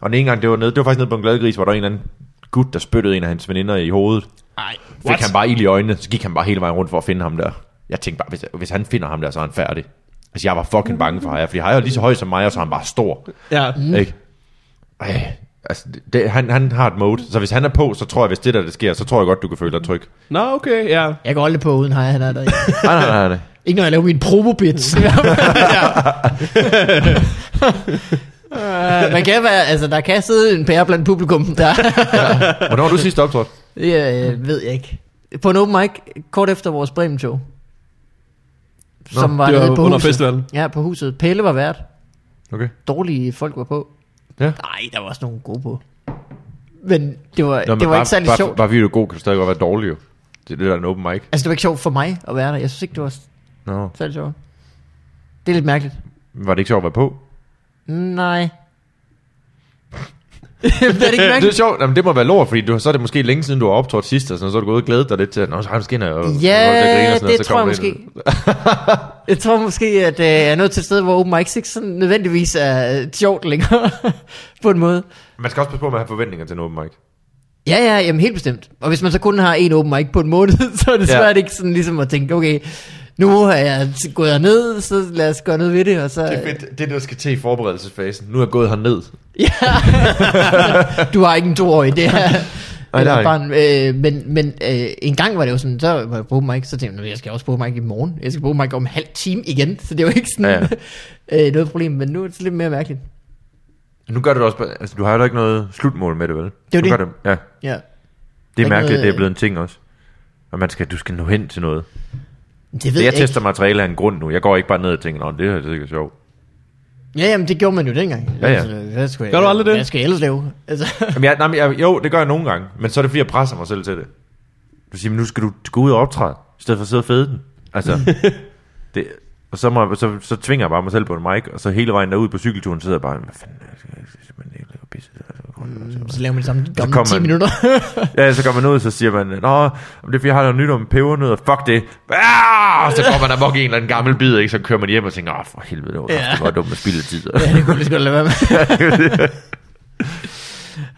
Og den ene gang, det var, nede, det var faktisk nede på en gladgris, hvor der var en eller anden gut, der spyttede en af hans veninder i hovedet.
Ej.
Fik What? han bare ild i øjnene, så gik han bare hele vejen rundt for at finde ham der. Jeg tænkte bare, hvis, hvis han finder ham der, så er han færdig. Altså, jeg var fucking bange for Hejer, fordi Hejer er lige så høj som mig, og så er han bare stor.
Ja.
Mm. Ikke? Ej, altså, det, han, han har et mode. Så hvis han er på, så tror jeg, hvis det der det sker, så tror jeg godt, du kan føle dig tryg.
Nå, okay, ja.
Jeg går aldrig på uden hej, han er der.
Nej, nej, nej, nej.
Ikke når jeg laver mine promobits. uh, man kan være, altså, der kan sidde en pære blandt publikum, der
Hvornår har du sidst optrådt?
det, øh, ved jeg ikke. På en open mic, kort efter vores Bremen show. Som var,
det var
nede på
under
huset.
festivalen.
Ja, på huset. Pelle var vært.
Okay.
Dårlige folk var på.
Ja.
Nej, der var også nogle gode på. Men det var,
Nå,
det var
bare,
ikke særlig
bare,
sjovt.
Bare, fordi du er god, kan du stadig godt være dårlig jo. Det er det, der er en open mic.
Altså, det var ikke sjovt for mig at være der. Jeg synes ikke, det var
Nå.
særlig sjovt. Det er lidt mærkeligt.
Var det ikke sjovt at være på?
Nej. Jamen, det er det ikke
Det er
mærkeligt.
sjovt, Jamen, det må være lort, fordi du, så er det måske længe siden, du har optrådt sidst, og sådan, noget, så har du gået og glædet dig lidt til, at "Nå, så har du skinner, og, og,
Ja, det
noget,
tror jeg
kommer
måske.
ind."
jeg tror måske, at øh, jeg er nået til et sted, hvor open mics ikke sådan nødvendigvis er øh, sjovt længere. på en måde.
Man skal også passe på med at have forventninger til en open mic.
Ja, ja, jamen helt bestemt. Og hvis man så kun har en open mic på en måned, så er det
Ja.
svært ikke sådan ligesom at tænke, okay, nu har jeg t- gået herned, så lad os gøre noget ved det, og så...
Det er fedt, det er, der skal til i forberedelsesfasen. Nu er jeg gået herned.
Ja, du har ikke en toårig, det er...
Nej, det har jeg
barn, øh, men men øh, en gang var det jo sådan, så var jeg på open mic, så tænkte jeg, "Nå, jeg skal også på open mic i morgen. Jeg skal på open mic om en halv time igen, så det var ikke sådan ja. øh, noget problem, men nu er det lidt mere mærkeligt.
Nu gør du det også, bare- altså du har jo ikke noget slutmål med det, vel?
Det er jo
du
det.
Gør det. Ja,
Ja.
det
ikke
er mærkeligt,
noget-
det er blevet en ting også. Og man skal, du skal nå hen til noget.
Det ved jeg,
Jeg, jeg
ikke.
tester materiale af en grund nu. Jeg går ikke bare ned og tænker, at det her det er sikkert sjovt.
Ja, jamen det gjorde man jo dengang.
Ja, ja.
hvad skulle jeg,
Gør du aldrig det?
Hvad skal jeg ellers lave? Altså,
Jamen, jeg, nej, men jeg, jo, det gør jeg nogle gange, men så er det fordi, jeg presser mig selv til det. Du siger, men nu skal du gå ud og optræde, i stedet for at sidde og fede den. Altså, det, og så, må, jeg- så, så tvinger jeg bare mig selv på en mic, og så hele vejen derud på cykelturen sidder jeg bare, hvad fanden, jeg skal- jeg skal simpelthen ikke lave pisse.
så laver man det samme gamle
kommer
10
man-
minutter.
Ja, så kommer man ud, så siger man, Nå, det er fordi, jeg har noget nyt om pebernødder, fuck det. Ah! Og så går man amok i en eller anden gammel bid, ikke? så kører man hjem og tænker, åh, for helvede, det var,
Ja.
ja. det var dumt at spille tid.
ja, det kunne vi sgu da lade være med.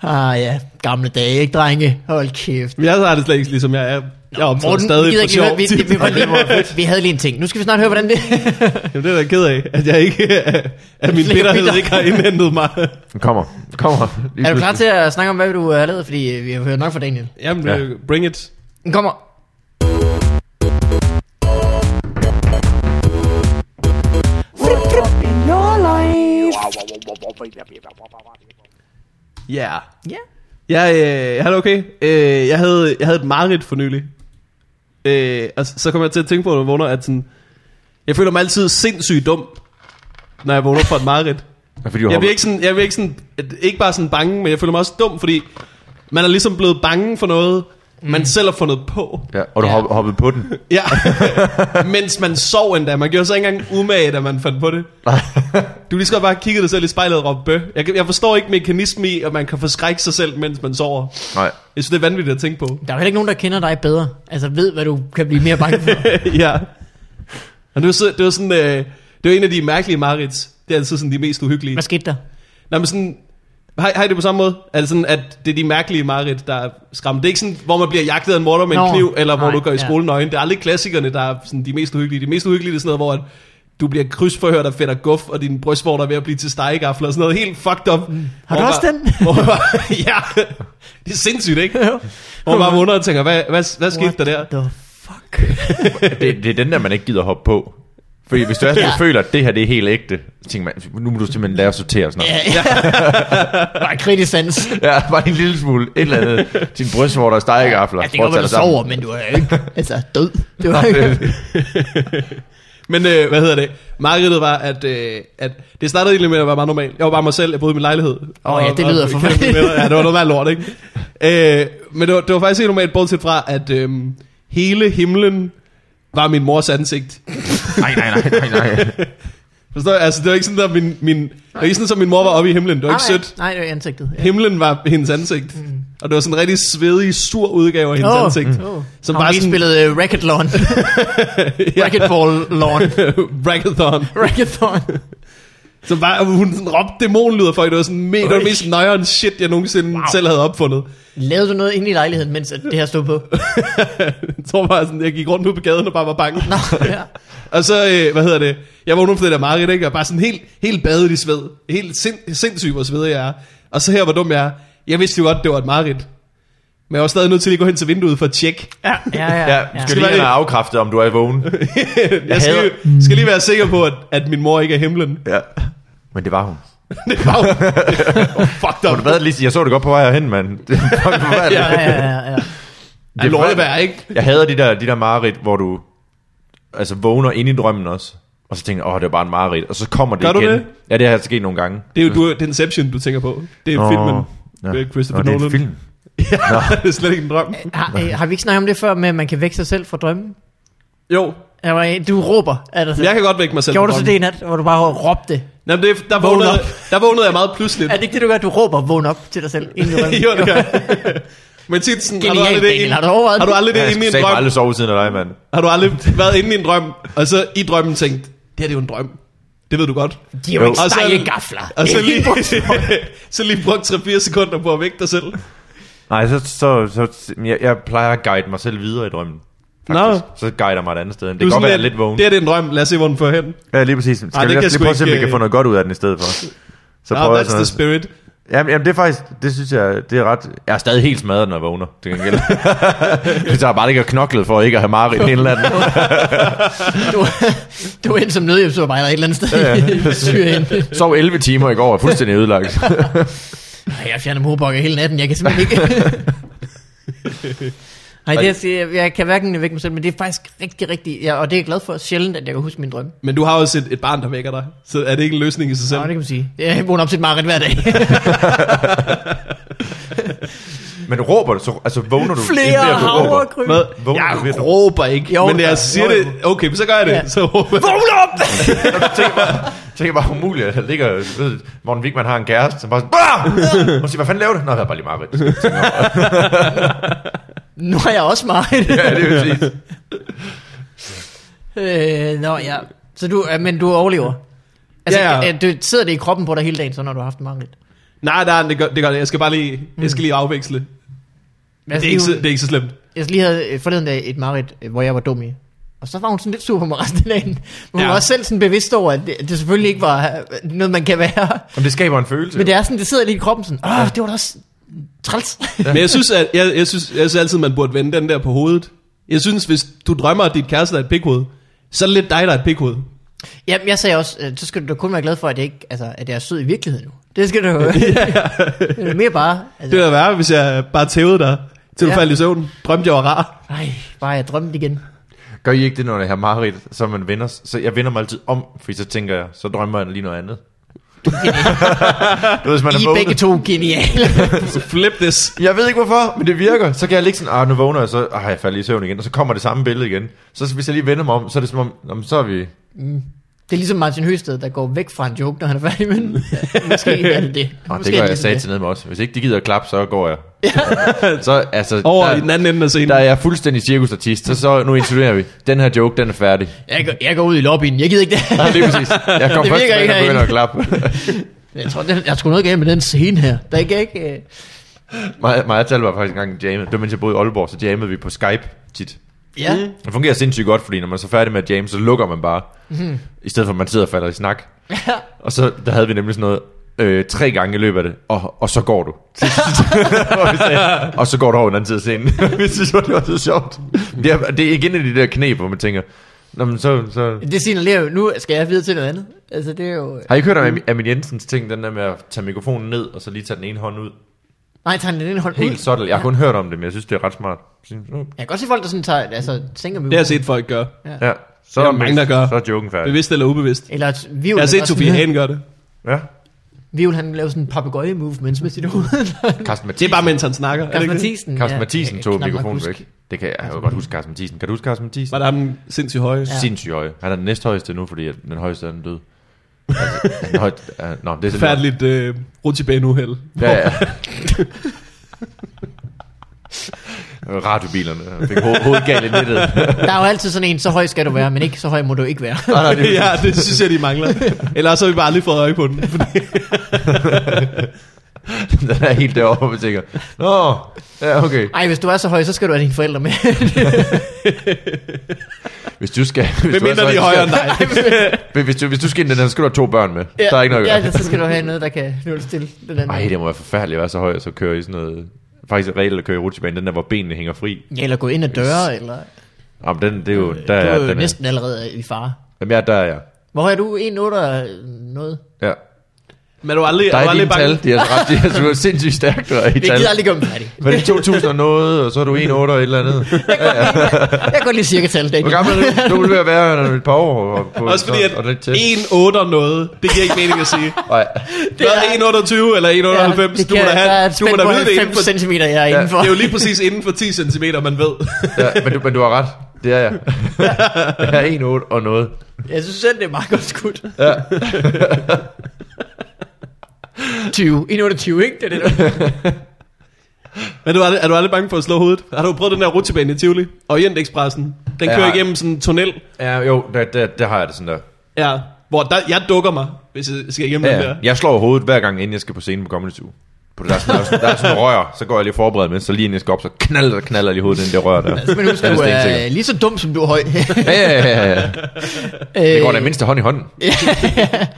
ah ja, gamle dage, ikke drenge? Hold kæft.
Men jeg har det slet ikke, ligesom jeg er. Jeg optager
Morten, vi
stadig
gider
for
ikke lige høre-
sjov.
vi, vi, vi, var lige, vi havde lige en ting. Nu skal vi snart høre, hvordan det...
Jamen, det er jeg ked af, at jeg ikke, at min
Flere bitter.
bitterhed ikke har indhentet mig.
Den kommer, den kommer. Lige
er du klar
pludselig.
øh, til at snakke om, hvad du har lavet? Fordi øh, vi har hørt nok fra Daniel.
Jamen,
Ja.
ja. bring it.
Den kommer.
Ja. Yeah.
Ja.
Jeg, øh, jeg har det okay. Øh, jeg, havde, jeg havde et mareridt for nylig. Øh, og så så kom jeg til at tænke på, når jeg vågner, at sådan, jeg føler mig altid sindssygt dum, når jeg vågner fra et mareridt.
Ja, fordi du
Jeg
hopper-
bliver ikke sådan, jeg bliver ikke sådan, ikke bare sådan bange, men jeg føler mig også dum, fordi man er ligesom blevet bange for noget, man selv har fundet på.
Ja, og du
Ja.
ja. hoppede på den.
Ja, mens man sov endda. Man gjorde sig ikke engang umage, da man fandt på det. Du lige skal bare kigge dig selv i spejlet og råbe bøh. Jeg, kan- jeg forstår ikke mekanismen i, at man kan forskrække sig selv, mens man sover.
Nej.
Jeg synes, det er vanvittigt at tænke på.
Der er jo heller ikke nogen, der kender dig bedre. Altså ved, hvad du kan blive mere bange for.
ja. Og det var, så, det var sådan, øh, det var en af de mærkelige marits. Det er altid sådan de mest uhyggelige.
Hvad skete der?
Nej, men sådan, har, har I det på samme måde? Er det sådan, at det er de mærkelige mareridt, der er skræmmende? Det er ikke sådan, hvor man bliver jagtet af en morder med en
Nå,
kniv, eller hvor
nej,
du går i
ja.
skolen nøgen. Det er aldrig klassikerne, der er sådan, de mest uhyggelige. De mest uhyggelige det er sådan noget, hvor at du bliver krydsforhørt af fedt og guf, og din brystvort er ved at blive til stegegafler, og sådan noget helt fucked up. Mm.
Har du også den?
Hvor, man bare- ja, det er sindssygt, ikke? Hvor man bare vågner og tænker, hvad, hvad, hvad skete der der?
What the fuck?
Det, det er den der, man ikke gider hoppe på. Fordi hvis du er sådan,
Ja.
ja. føler, at det her det er helt ægte, så tænker man, nu må du simpelthen lære at sortere sådan noget.
Ja. Bare kritisk sans. Ja,
Ja, bare en lille smule, et eller andet. Din brystvort og stegegafler.
det går,
Prøv
at
at
du
tage dig
sover, men du er jo ikke altså, død. Det var
sammen.
ikke...
Men øh, hvad hedder det? Markedet var, at, øh, at det startede egentlig med at være meget normalt. Jeg var bare mig selv, jeg boede i min lejlighed.
Åh ja, det
Og-
lyder
og-
for
kendte
mig.
venner. Ja, det var noget værd lort, ikke? Øh, men det var, det var faktisk helt normalt, bortset fra, at øh, hele himlen var min mors ansigt.
Nej, nej, nej, nej, nej.
Forstår jeg? Altså, det var ikke sådan, at min, min, det var ikke sådan, at min mor var oppe i himlen. Det var ikke
Nej,
sødt.
Nej, det var i ansigtet. Ja.
Himlen var hendes ansigt. Og det var sådan en rigtig svedig, sur udgave af hendes
Åh, Mm.
ansigt.
åh.
Som
Har hun
bare
lige
sådan-
spillet uh, racket lawn? Racquetball lawn.
Rackathon.
Racketon.
Så bare, hun sådan råbte dæmonlyder for, det var sådan, me, det var det mest nøjeren shit, jeg nogensinde wow. selv havde opfundet.
Lavede du noget inde i lejligheden, mens at det her stod på?
Jeg tror bare sådan, jeg gik rundt ude på gaden og bare var bange.
Nå, ja.
Og så, øh, hvad hedder det, jeg vågnede for det der mareridt, ikke? Og bare sådan helt, helt badet i sved. Helt sind, sindssygt, hvor svedig jeg er. Og så her, hvor dum jeg er. Jeg vidste jo godt, det var et mareridt. Men jeg var stadig nødt til lige at gå hen til vinduet for at tjekke.
Ja, ja, ja.
Ja,
ja,
du skal lige have afkræftet, om du er vågen.
Jeg skal, lige- skal lige være sikker på, at, at min mor ikke er himlen.
Ja. Men det var hun.
Det var jo- oh, fucked
Har
up.
du været lige, jeg så det godt på vej herhen, mand. Det er fucking forfærdeligt.
Ja, ja, ja, ja.
Det er lortebær, ikke?
Jeg hader de der, de der mareridt, hvor du altså, vågner ind i drømmen også. Og så tænker jeg, åh, det er bare en mareridt. Og så kommer det
Gør du
igen.
det?
Ja, det har altså sket nogle gange.
Det er jo du, det er Inception, du tænker på. Det er
Nå,
filmen med Christopher
Nå, det er
Nolan.
en film.
Ja, det er slet ikke en drøm.
Har, øh, har vi ikke snakket om det før med, at man kan vække sig selv fra drømmen?
Jo,
Jeg var, du råber. Er der
men jeg kan godt vække mig selv.
Gjorde du
fra
så det
drømmen.
i nat, hvor du bare råbte?
Jamen, det, der,
Vågn
vågnede,
op.
der vågnede jeg meget pludseligt.
Er det ikke det, du gør? Du råber, vågn op til dig selv. Inden du drømmer.
jo, det gør jeg. Men tit sådan, har du
Genialt,
aldrig det,
Daniel.
ind-
Har du overvejet
har du
det?
aldrig
Ja,
det
jeg
inde i
skal
en
sagde
drøm?
aldrig sove siden af dig, mand.
Har du aldrig været inde i en drøm, og så i drømmen tænkt, det her det er jo en drøm. Det ved du godt.
De er jo
Jo.
ikke
Og så-
stegegafler.
Og så
Det er
lige,
helt brugt.
så lige brugt 3-4 sekunder på at vække dig selv.
Nej, så, så, så jeg, jeg plejer at guide mig selv videre i drømmen. Faktisk.
Nå.
Så guider mig et andet sted. Det
Du
kan
er
godt
sådan
være jeg er lidt vågen.
Det her det er en drøm, lad os se, hvor den fører hen.
Ja, lige præcis. Skal
det
vi
kan
lige,
jeg
lige
sgu
prøve at se, om vi
ikke,
kan få
øh,
noget godt ud af den i stedet for. Så
Now
prøver jeg
that's the
sådan noget.
spirit.
Jamen, jamen, det er faktisk, det synes jeg, det er ret... Jeg er stadig helt smadret, når jeg vågner, til gengæld. Hvis jeg bare ikke har knoklet for ikke at have mareridt den eller anden.
Du, du er ind som nødhjælpsarbejder et eller andet sted
Ja, ja.
i Syrien.
Sov 11 timer i går og er fuldstændig ødelagt.
Ej, jeg fjerner mobokker hele natten, jeg kan simpelthen ikke... Nej, det jeg, siger, jeg kan hverken vække mig selv, men det er faktisk rigtig, rigtig... Ja, og det er jeg glad for sjældent, at jeg kan huske min drøm.
Men du har også et, et barn, der vækker dig. Så er det ikke en løsning i sig selv?
Nå, det kan man sige. Jeg vågner op til et mareridt hver dag.
Men råber du, så, altså vågner du...
Flere
inden du råber?
havregryn.
Hvad?
Vågner du ved
Jeg
at du-
råber ikke,
Jo,
men
jo,
jeg siger
jo.
det. Okay, men så gør jeg
Ja.
det. Så råber jeg.
Vågn op!
Tænk bare, tænk bare umuligt, at der ligger... Ved, Morten Wigman har en kæreste, som bare sådan... Bah! Og siger, hvad fanden laver du? Nå, jeg har bare lige mareridt.
Nu har jeg også mareridt.
Ja, det er jo præcis.
Øh, nå ja. Så du, øh, men du overlever? Altså,
Ja,
ja,
ja.
ja. Du, sidder det i kroppen på dig hele dagen, så når du har haft mangel?
Nej, nej, det gør det. Gør, det. jeg skal bare lige, jeg skal lige afveksle. Det
Altså,
er, ikke, så- det er ikke så slemt.
Jeg lige havde øh, forleden dag et mareridt, øh, hvor jeg var dum i. Og så var hun sådan lidt sur på mig resten af dagen. Men hun
Ja.
ja. var også selv sådan bevidst over, at det, det selvfølgelig ikke var øh, noget, man kan være.
Jamen, det skaber en følelse.
Men det er sådan, det sidder lige i kroppen sådan, åh, det var da også træls.
Men jeg synes, at, jeg, jeg, synes, jeg synes altid, man burde vende den der på hovedet. Jeg synes, hvis du drømmer, at dit kæreste er et pikhoved, så er det lidt dig, der er et pikhoved.
Jamen, jeg sagde også, øh, så skal du da kun være glad for, at jeg, ikke, altså, at jeg er sød i virkeligheden nu. Det skal du jo. det er mere bare.
Det
Altså,
ville da være, hvis jeg bare tævede dig, til du
Ja.
faldt i søvn. Drømte jeg var rar.
nej, bare jeg drømte igen.
Gør I ikke det, når jeg har mareridt, så man vender, så jeg vender mig altid om, fordi så tænker jeg, så drømmer jeg lige noget andet. du ved, hvis man
I
er
er begge
vågnet.
to geniale.
Så flip this.
Jeg ved ikke hvorfor, men det virker. Så kan jeg ligge sådan, ah, nu vågner jeg, så ah, jeg falder i søvn igen, og så kommer det samme billede igen. Så hvis jeg lige vender mig om, så er det som om, jamen, så er vi...
Det er ligesom Martin Høsted, der går væk fra en joke, når han er færdig med den. Ja, Måske er det det.
Og
Måske
det gør
er
jeg
ligesom
sagde til ned med også. Hvis ikke de gider at klappe, så går jeg. så altså,
Over
der,
i den anden ende af scenen.
der er jeg fuldstændig cirkusartist, så, så nu inkluderer vi. Den her joke, den er færdig.
Jeg går, jeg går ud i lobbyen, jeg gider ikke det.
Ja, lige præcis. Jeg kom
Det
først
virker
tilbage,
ikke
og begynder
herinde.
at klappe.
Jeg tror, det, jeg tror noget galt med den scene her. Der er ikke... Øh,
Maja, Maja Tal var faktisk engang jammet. Det var mens jeg boede i Aalborg, så jammede vi på Skype tit.
ja.
Mm.
Det fungerer sindssygt godt, fordi når man er så færdig med at jamme, så lukker man bare.
Mhm.
Mm. I stedet for, at man sidder og falder i snak. og så der havde vi nemlig sådan noget, øh, tre gange i løbet af det, og, og så går du. Hvor vi sagde, og så går du over den anden side af scenen. vi synes, det var så sjovt. Det er, det er igen et af de der knep, hvor man tænker, Nå, men så, så...
Det signalerer jo, nu skal jeg videre til noget andet. Altså, det er jo...
Har I ikke hørt om Am- Amin Jensens ting, den der med at tage mikrofonen ned, og så lige tage den ene hånd ud?
Nej, tager den ene hånd ud.
Helt subtle. Jeg har kun hørt om det, men jeg synes, det er ret smart.
Jeg kan godt se folk, der sådan tager, altså, sænker
Det har jeg
mig.
set folk gøre.
Ja, så
Det er der mange, der gør.
Så er joken færdig.
Bevidst eller ubevidst.
Eller at Vivl,
Jeg har set
også-
Sofie Hagen gøre det.
Ja.
Vivl, han laver sådan en papegøje movement med sit hoved.
Carsten
Det
Mathisen,
er bare, mens han snakker. Er det
Carsten
ikke det?
Mathisen.
Carsten
ja,
Mathisen
jeg
tog
kan knap nok
mikrofonen
huske.
væk. Det kan jeg, jeg kan jo godt huske Carsten Mathisen. Kan du huske Carsten Mathisen?
Var der ham den sindssygt høje?
Ja.
Ja. Sindssygt høje. Han er den næsthøjeste nu, fordi at den højeste er den død. Altså, den høj, uh, nå, det er sådan-
Færdeligt øh, rutsjebane-uheld.
Ja, ja. Radiobilerne jeg fik ho- hovedet galt i nettet.
Der er jo altid sådan en, så høj skal du være, men ikke så høj må du ikke være.
Nej, nej, det,
ja, det synes jeg, de mangler. Ellers har vi bare aldrig fået øje på den.
den er helt derovre, hvor man tænker, Nå, ja, okay.
Ej, hvis du er så høj, så skal du have dine forældre med.
Hvis du skal... Hvis
Hvem
du er
mindre
så-
de er højere end dig?
Hvis, hvis, du, hvis du skal ind i den her, så skal du have to børn med. Ja. Der er ikke noget at gøre.
ja, så skal du have noget, der kan nulstille den anden.
Ej, det må være forfærdeligt at være så høj, og så køre i sådan noget... Faktisk er regel at køre i rutsjebanen, den der, hvor benene hænger fri.
Ja, eller gå ind ad døre, eller...
Jamen, den, det er jo... Der,
Øh, du
er,
er jo
den
næsten allerede i fare.
Er, jamen, ja, der er jeg.
Hvor er du? 1,8 noget?
Ja.
Men er du aldrig,
Der
er du
er
aldrig
dine
bange?
tal, de er, altså ret, de er, altså, du er sindssygt stærkt, du er i
Vi
tal.
gider aldrig gøre dem færdige.
Var det 2000 og noget, og så er du 1,8 og et eller andet.
Jeg går lige cirka tal,
Hvor
Daniel.
gammel er du? Du vil være være om et par år. Og på,
Også fordi, at
og, og lidt tæt.
1,8 noget, det giver ikke mening at sige.
Nej.
Det er 1,28 eller 1,98,
det
du må da
der er
have,
et
du må
spænd
da
på
vide det inden
90
for...
cm, jeg er indenfor.
Det er jo lige præcis inden for 10 cm, man ved.
Ja, men, du, men du har ret. Det er jeg. Jeg er 1,8 og noget.
Jeg synes selv, det er meget godt skudt.
Ja.
20. 1,28, ikke? Det er det, der-
Men du er, aldrig- er du aldrig bange for at slå hovedet? Har du prøvet den der rutsjebane i Tivoli? Orientekspressen. Den
Ja.
kører igennem sådan en tunnel,
Ja, jo, der, der, der har jeg det sådan der.
ja, hvor der, jeg dukker mig, hvis jeg skal igennem
Ja,
den
ja.
der.
Jeg slår hovedet hver gang, inden jeg skal på scenen på Comedy Zoo. På det, der, er sådan, der, er sådan- der er sådan nogle rør, så går jeg lige forberedt med, så lige inden jeg skal op, så knaller, knaller jeg lige hovedet i den der rør der.
Men husk,
Den er
du er
stensikker.
lige så dum, som du er høj. Øh,
Ja, ja, ja, ja. Det
Øh,
går da mindst hånd i hånden.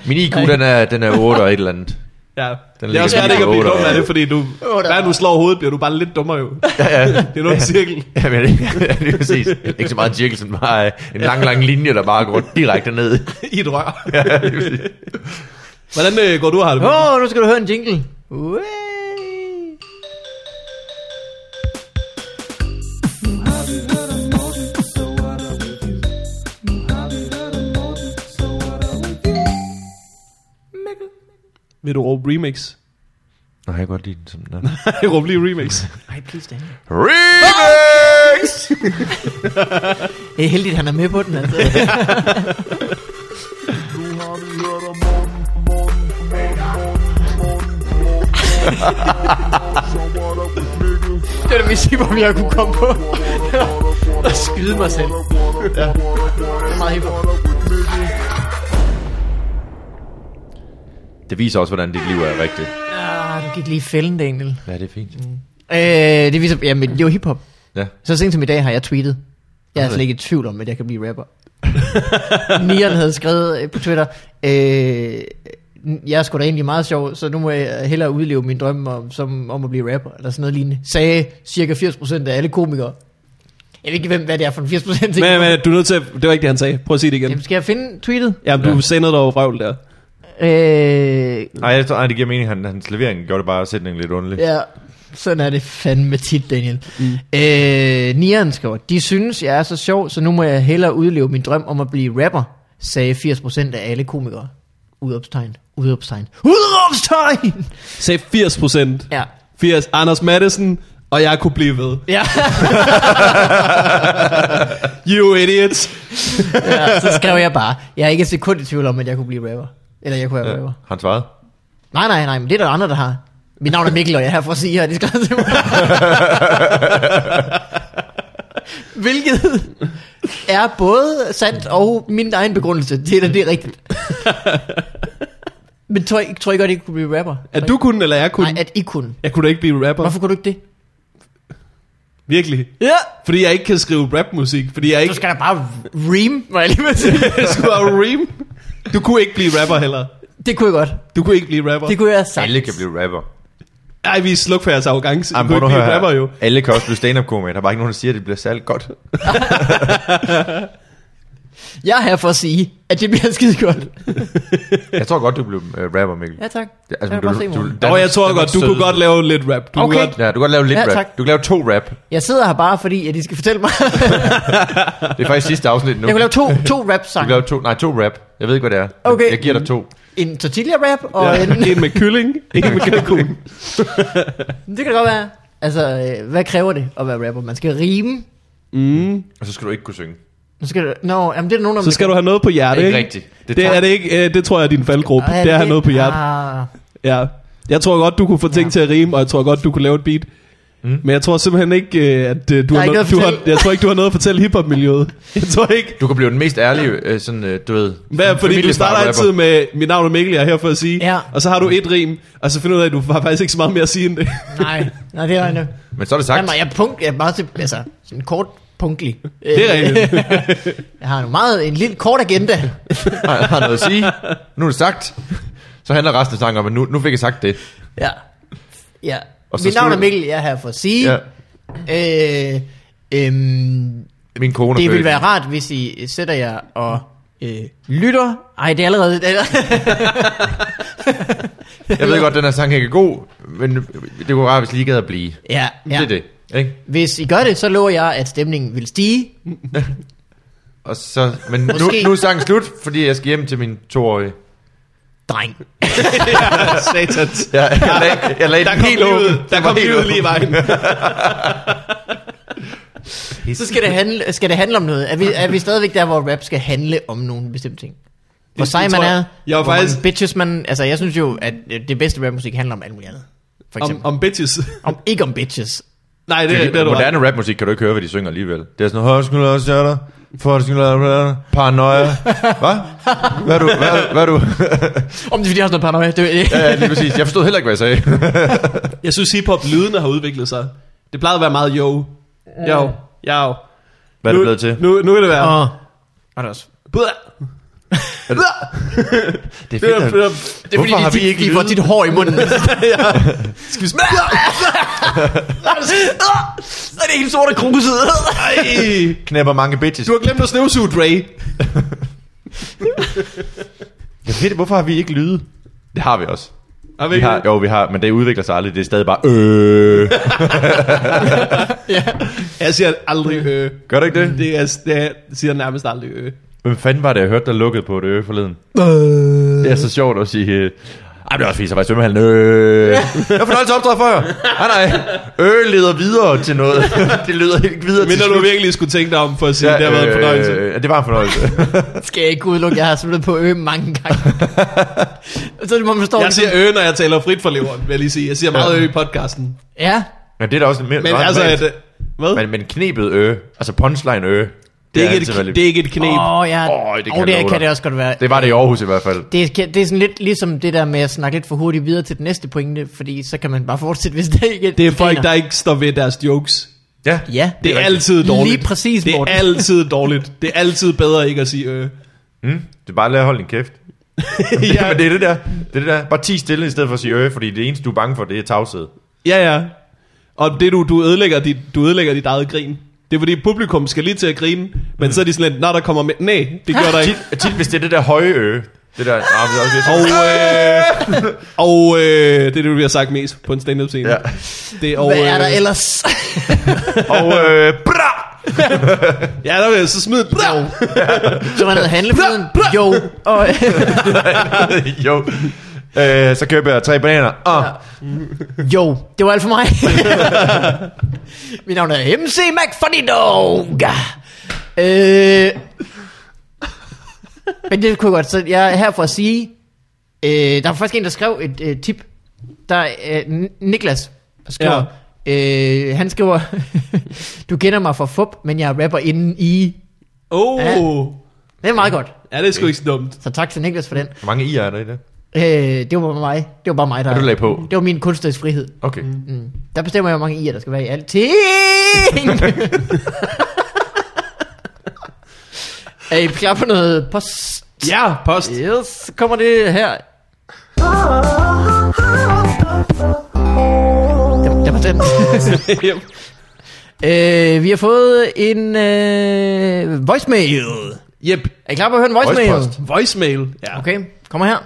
Min IQ, den er, den er 8 og et eller andet.
Ja. det er
ligger
også svært
lige
ikke at
på
blive
otte,
dum af
ja.
det, fordi du,
Otte.
hver du slår hovedet, bliver du bare lidt dummere jo.
Ja, ja.
Det er noget cirkel.
Jamen, det, det er præcis. Ikke så meget cirkel, som bare øh, en lang, lang linje, der bare går direkte ned.
I et rør.
Ja, det er præcis.
Hvordan øh, går du og har det?
Åh, oh, nu skal du høre en jingle. Uæ.
Vil du råbe remix?
Nå, jeg kan godt lide den som den er.
Råb lige remix.
Ej, please, Daniel.
Remix!
Det er heldigt, han er med på den, altså. det var det musik, hvor jeg kunne komme på og skyde mig selv. Ja. Det er meget hiphop.
Det viser også, hvordan dit liv er rigtigt.
Ah, du gik lige i fælden, Daniel.
Ja, det er fint.
Øh, det viser, jamen, det var hiphop.
Ja.
Så sent som i dag har jeg tweetet. Jeg er slet ikke i tvivl om, at jeg kan blive rapper. Nian havde skrevet øh, på Twitter, øh, jeg er sgu da egentlig meget sjov, så nu må jeg hellere udleve min drøm om, som, om at blive rapper, eller sådan noget lignende. Sagde cirka 80% af alle komikere. Jeg ved ikke, hvem, hvad det er for en 80% ting.
Men, men du er nødt til at, Det var ikke det, han sagde. Prøv at sige det igen.
Jamen, skal jeg finde tweetet?
Jamen, du sagde noget over vrøvl der.
Øh,
Nej, jeg tror, nej, det giver mening. Han, hans levering gjorde det bare sætningen lidt underlig.
Ja, sådan er det fandme tit, Daniel. Mm. Øh, Nieren skriver, de synes, jeg er så sjov, så nu må jeg hellere udleve min drøm om at blive rapper, sagde 80% af alle komikere. Udopstegn, udopstegn, udopstegn!
Sagde 80 procent.
Ja,
80. Anders Madsen og jeg kunne blive ved.
ja,
You idiots.
ja så skrev jeg bare, jeg er ikke et sekund i tvivl om, at jeg kunne blive rapper. Eller jeg kunne være ja. rapper.
Han svarede.
Nej, nej, nej, men det er der andre, der har. Mit navn er Mikkel, og jeg er her for at sige, at det skal til mig. Hvilket er både sandt og min egen begrundelse. Det er da det er rigtigt. Men tror I, tror I godt, I kunne blive rapper?
At du kunne, eller jeg kunne?
Nej, at I kunne.
Jeg kunne da ikke blive rapper.
Hvorfor kunne du ikke det?
Virkelig.
Ja!
Fordi jeg ikke kan skrive rapmusik. Fordi jeg
Du
ikke
skal da bare rime, var jeg lige ved at sige.
skulle rime. Du kunne ikke blive rapper heller.
Det kunne jeg godt.
Du kunne ikke blive rapper.
Det kunne jeg sagt.
Alle kan blive rapper.
Ej, vi er sluk for jeres arrogance. Du
Ej, men
kunne
prøv
ikke
nu at
blive
høre her.
rapper jo.
Alle kan også blive stand-up komiker. Der er bare ikke nogen, der siger, at det bliver særlig godt.
Jeg er her for at sige, at det bliver skide godt.
Jeg tror godt, du blev øh, rapper, Mikkel.
Ja, tak.
Ja, altså,
Jeg vil bare se i morgen.
Danmarks-
Og jeg tror godt,
Danmarks
du kunne
sødeste.
godt lave lidt rap. Du
Okay.
kunne godt.
Ja, du kan godt lave lidt
Ja,
rap.
tak.
Du kan lave to rap.
Jeg sidder her bare fordi, at I skal fortælle mig.
Det er faktisk sidste afsnit nu.
Jeg kunne lave to, to
Du
rap-sange.
kan lave to, nej, to rap. Jeg ved ikke, hvad det er.
Okay.
Jeg giver dig to.
En tortilla-rap og
Ja,
en...
en med kylling, en med kalkun.
Det kan det godt være. Altså, øh, hvad kræver det at være rapper? Man skal rime.
Mm.
Og så skal du ikke kunne synge.
Nu skal du... Nå, jamen, det er der nogen, der...
Så skal du have noget på hjertet,
Ikke
ikke?
rigtigt.
Det, det
tager-
er det ikke. Øh, Det tror jeg er din faldgruppe. Det er at have noget på hjertet.
Ah,
Ja. Jeg tror godt, du kunne få ting
Ja.
til at rime, og jeg tror godt, du kunne lave et beat. Mm. Men jeg tror simpelthen ikke, øh, at øh, du
Der er
har,
ikke
noget,
noget at
du har,
fortælle.
jeg tror ikke, du har noget at fortælle hiphop-miljøet. Jeg tror ikke.
Du kan blive den mest ærlige, øh, sådan, øh, du ved...
Hvad, fordi du starter
familiefar-rapper.
altid med, mit navn er Mikkel, jeg er her for at sige.
Ja.
Og så har du et rim, og så finder du ud af, at du har faktisk ikke så meget mere at sige end det.
nej, nej, det er rigtigt.
Men så er det sagt.
Jamen, jeg, er punkt, jeg er meget til, altså, sådan kort punktlig.
Det er rigtigt.
jeg har nu meget, en lille kort agenda.
har, har noget at sige. Nu er det sagt. Så handler resten af sangen om, at nu, nu fik jeg sagt det.
ja. Ja.
Og så
Mit navn er
slutter-
Mikkel, jeg er her for at sige.
Ja.
Ja. Øh, øhm,
Min kone
det
fødte.
ville være rart, hvis I sætter jer og øh, lytter. Ej, det er allerede...
Jeg ved godt, den her sang ikke er god, men det kunne være rart, hvis lige gad at blive.
ja,
Ja.
ja.
Det er det, ikke?
Hvis I gør det, så lover jeg, at stemningen vil stige.
Og så, men nu,
Måske.
nu er sangen slut, fordi jeg skal hjem til min toårige.
Dreng.
Satans.
Jeg, jeg, lag, jeg lagde
Der
den
kom
helt åben.
livet, der
Den var
kom
helt
livet
åben.
lige i vejen.
Så skal det handle, skal det handle om noget. Er vi, er vi stadigvæk der, hvor rap skal handle om nogle bestemte ting? Hvor
Det-
sej
det
man
tror jeg-
er,
jeg var
hvor
faktisk-
mange bitches man... Altså, jeg synes jo, at øh, det bedste rapmusik handler om alt muligt andet. For eksempel.
Om,
Om,
om bitches.
om, om ikke om bitches.
Nej, det,
Det,
det,
det,
det er du ret.
moderne rapmusik kan du ikke høre, hvad de synger alligevel. Det er sådan, højre skulle også gøre dig, for skulle også paranoia. Hvad? Hvad er du? Hvad, er du- hvad er du?
Om det er, fordi jeg har sådan noget paranoia. Det,
ja, ja, lige præcis. Jeg forstod heller ikke, hvad jeg sagde.
Jeg synes, hiphop-lydene har udviklet sig. Det plejede at være meget yo. Jo. Jo.
Hvad er
nu,
det blevet til?
Nu, nu er det være.
og, og det er også.
Blah.
Er det- Det
Det er,
at-
det er,
Det er,
Hvorfor har
fordi, de,
vi ikke
de, de får
lyde?
dit hår i munden.
skal vi smage?
så er det helt sorte kruset.
Ej,
knæpper mange bitches.
du har glemt at snøvsuge, Dre.
Jeg ved, det, hvorfor har vi ikke lyde? Det har vi også.
Har vi
Vi
ikke
har,
det?
jo, vi har, men det udvikler sig aldrig. Det er stadig bare, øh.
Jeg siger aldrig øh.
Gør det ikke det?
Det er, det er, jeg siger nærmest aldrig øh.
Hvem fanden var det, jeg hørte, der lukkede på et øh forleden? Det er så sjovt at sige... Øh. Ej, men det er også fordi, så var jeg i svømmehallen. Øh. Jeg har fornøjelse optræde før. Nej, nej. Øh leder videre til noget. Det lyder ikke videre
Men
til
når du virkelig skulle tænke dig om for at sige, ja, det har været en fornøjelse.
Øh, ja, det var en fornøjelse.
Skal jeg ikke udelukke, jeg har smittet på ø mange gange. så det må man stå
Jeg siger øh, når jeg taler frit for leveren, vil jeg lige sige. Jeg siger meget øh i podcasten.
Ja,
Men det er da også mere...
Men altså,
normalt.
at, øh, hvad?
men, men knebet øh, altså punchline øh, det,
Det er, ikke
altid været
et,
lidt-
det er ikke et knep.
Åh, oh, ja.
Åh,
Oh,
det
det,
kan
kan, oh,
jeg
det
love
kan
dig.
det også godt være.
det var det i Aarhus i hvert fald.
Det, kan- det er sådan lidt ligesom det der med at snakke lidt for hurtigt videre til den næste pointe, fordi så kan man bare fortsætte, hvis det ikke
Det er folk,
griner.
der ikke står ved deres jokes.
Ja.
Ja,
Det er
rigtigt.
altid dårligt.
Lige præcis,
Det er
Morten.
altid dårligt. Det er altid bedre ikke at sige øh.
Mm, det er bare at lade holde din kæft. ja.
ja,
Men det er det der. Det er det der. Bare 10 stille i stedet for at sige øh, fordi det eneste, du er bange for, det er tavshed.
ja, ja. Og det du, du ødelægger dit, du ødelægger dit eget grin. Det Det er fordi publikum skal lige til at grine, men så er de sådan lidt, nej, der kommer med, nej, det gør der ikke.
Tit, tit hvis det er det der høje ø, det der, ah, det er også lidt
Og,
sådan,
øh, og øh, det er det, du bliver sagt mest på en stand-up scene.
Ja.
Det, og,
Hvad er der
øh,
ellers?
og øh, bra!
Ja, der vil jeg så smide den.
Så man havde handlefløden? Jo. Og,
jo. Øh, så køber jeg tre bananer. Ah, Og, ja.
jo, det var alt for mig. Mit navn er MC McFunny Dog. Øh, men det kunne jeg godt. Så jeg er her for at sige, øh, der var faktisk en, der skrev et øh, tip. Der øh, N- Niklas skriver, ja. øh, han skriver, du kender mig for fup, men jeg er rapper inden i.
Åh, oh,
Det er meget godt.
ja, det er sgu ikke så dumt.
Så tak til Niklas for den.
Hvor mange i'er er der i det?
Øh, det var bare mig. Det var bare mig, der...
Ja, du lagde på.
Det var min kunstneriske frihed.
Okay. Mm.
Mm. Der bestemmer jeg, hvor mange i'er, der skal være i alting. er I klar på noget post?
Ja, post.
Yes, så kommer det her. Det var den.
Yep.
øh, vi har fået en øh, voicemail.
yep.
Er I klar på at høre en voicemail?
Voicepost.
Voicemail. Ja.
Okay, kommer her.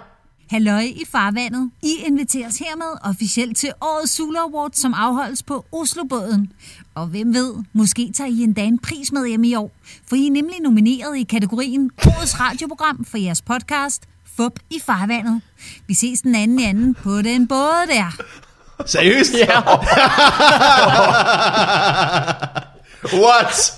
Halløj i farvandet. I inviteres hermed officielt til årets Sula Award, som afholdes på Oslobåden. Og hvem ved, måske tager I endda en pris med hjem i år. For I er nemlig nomineret i kategorien Årets Radioprogram for jeres podcast Fup i farvandet. Vi ses den anden i anden på den båd der.
Seriøst? Ja. What?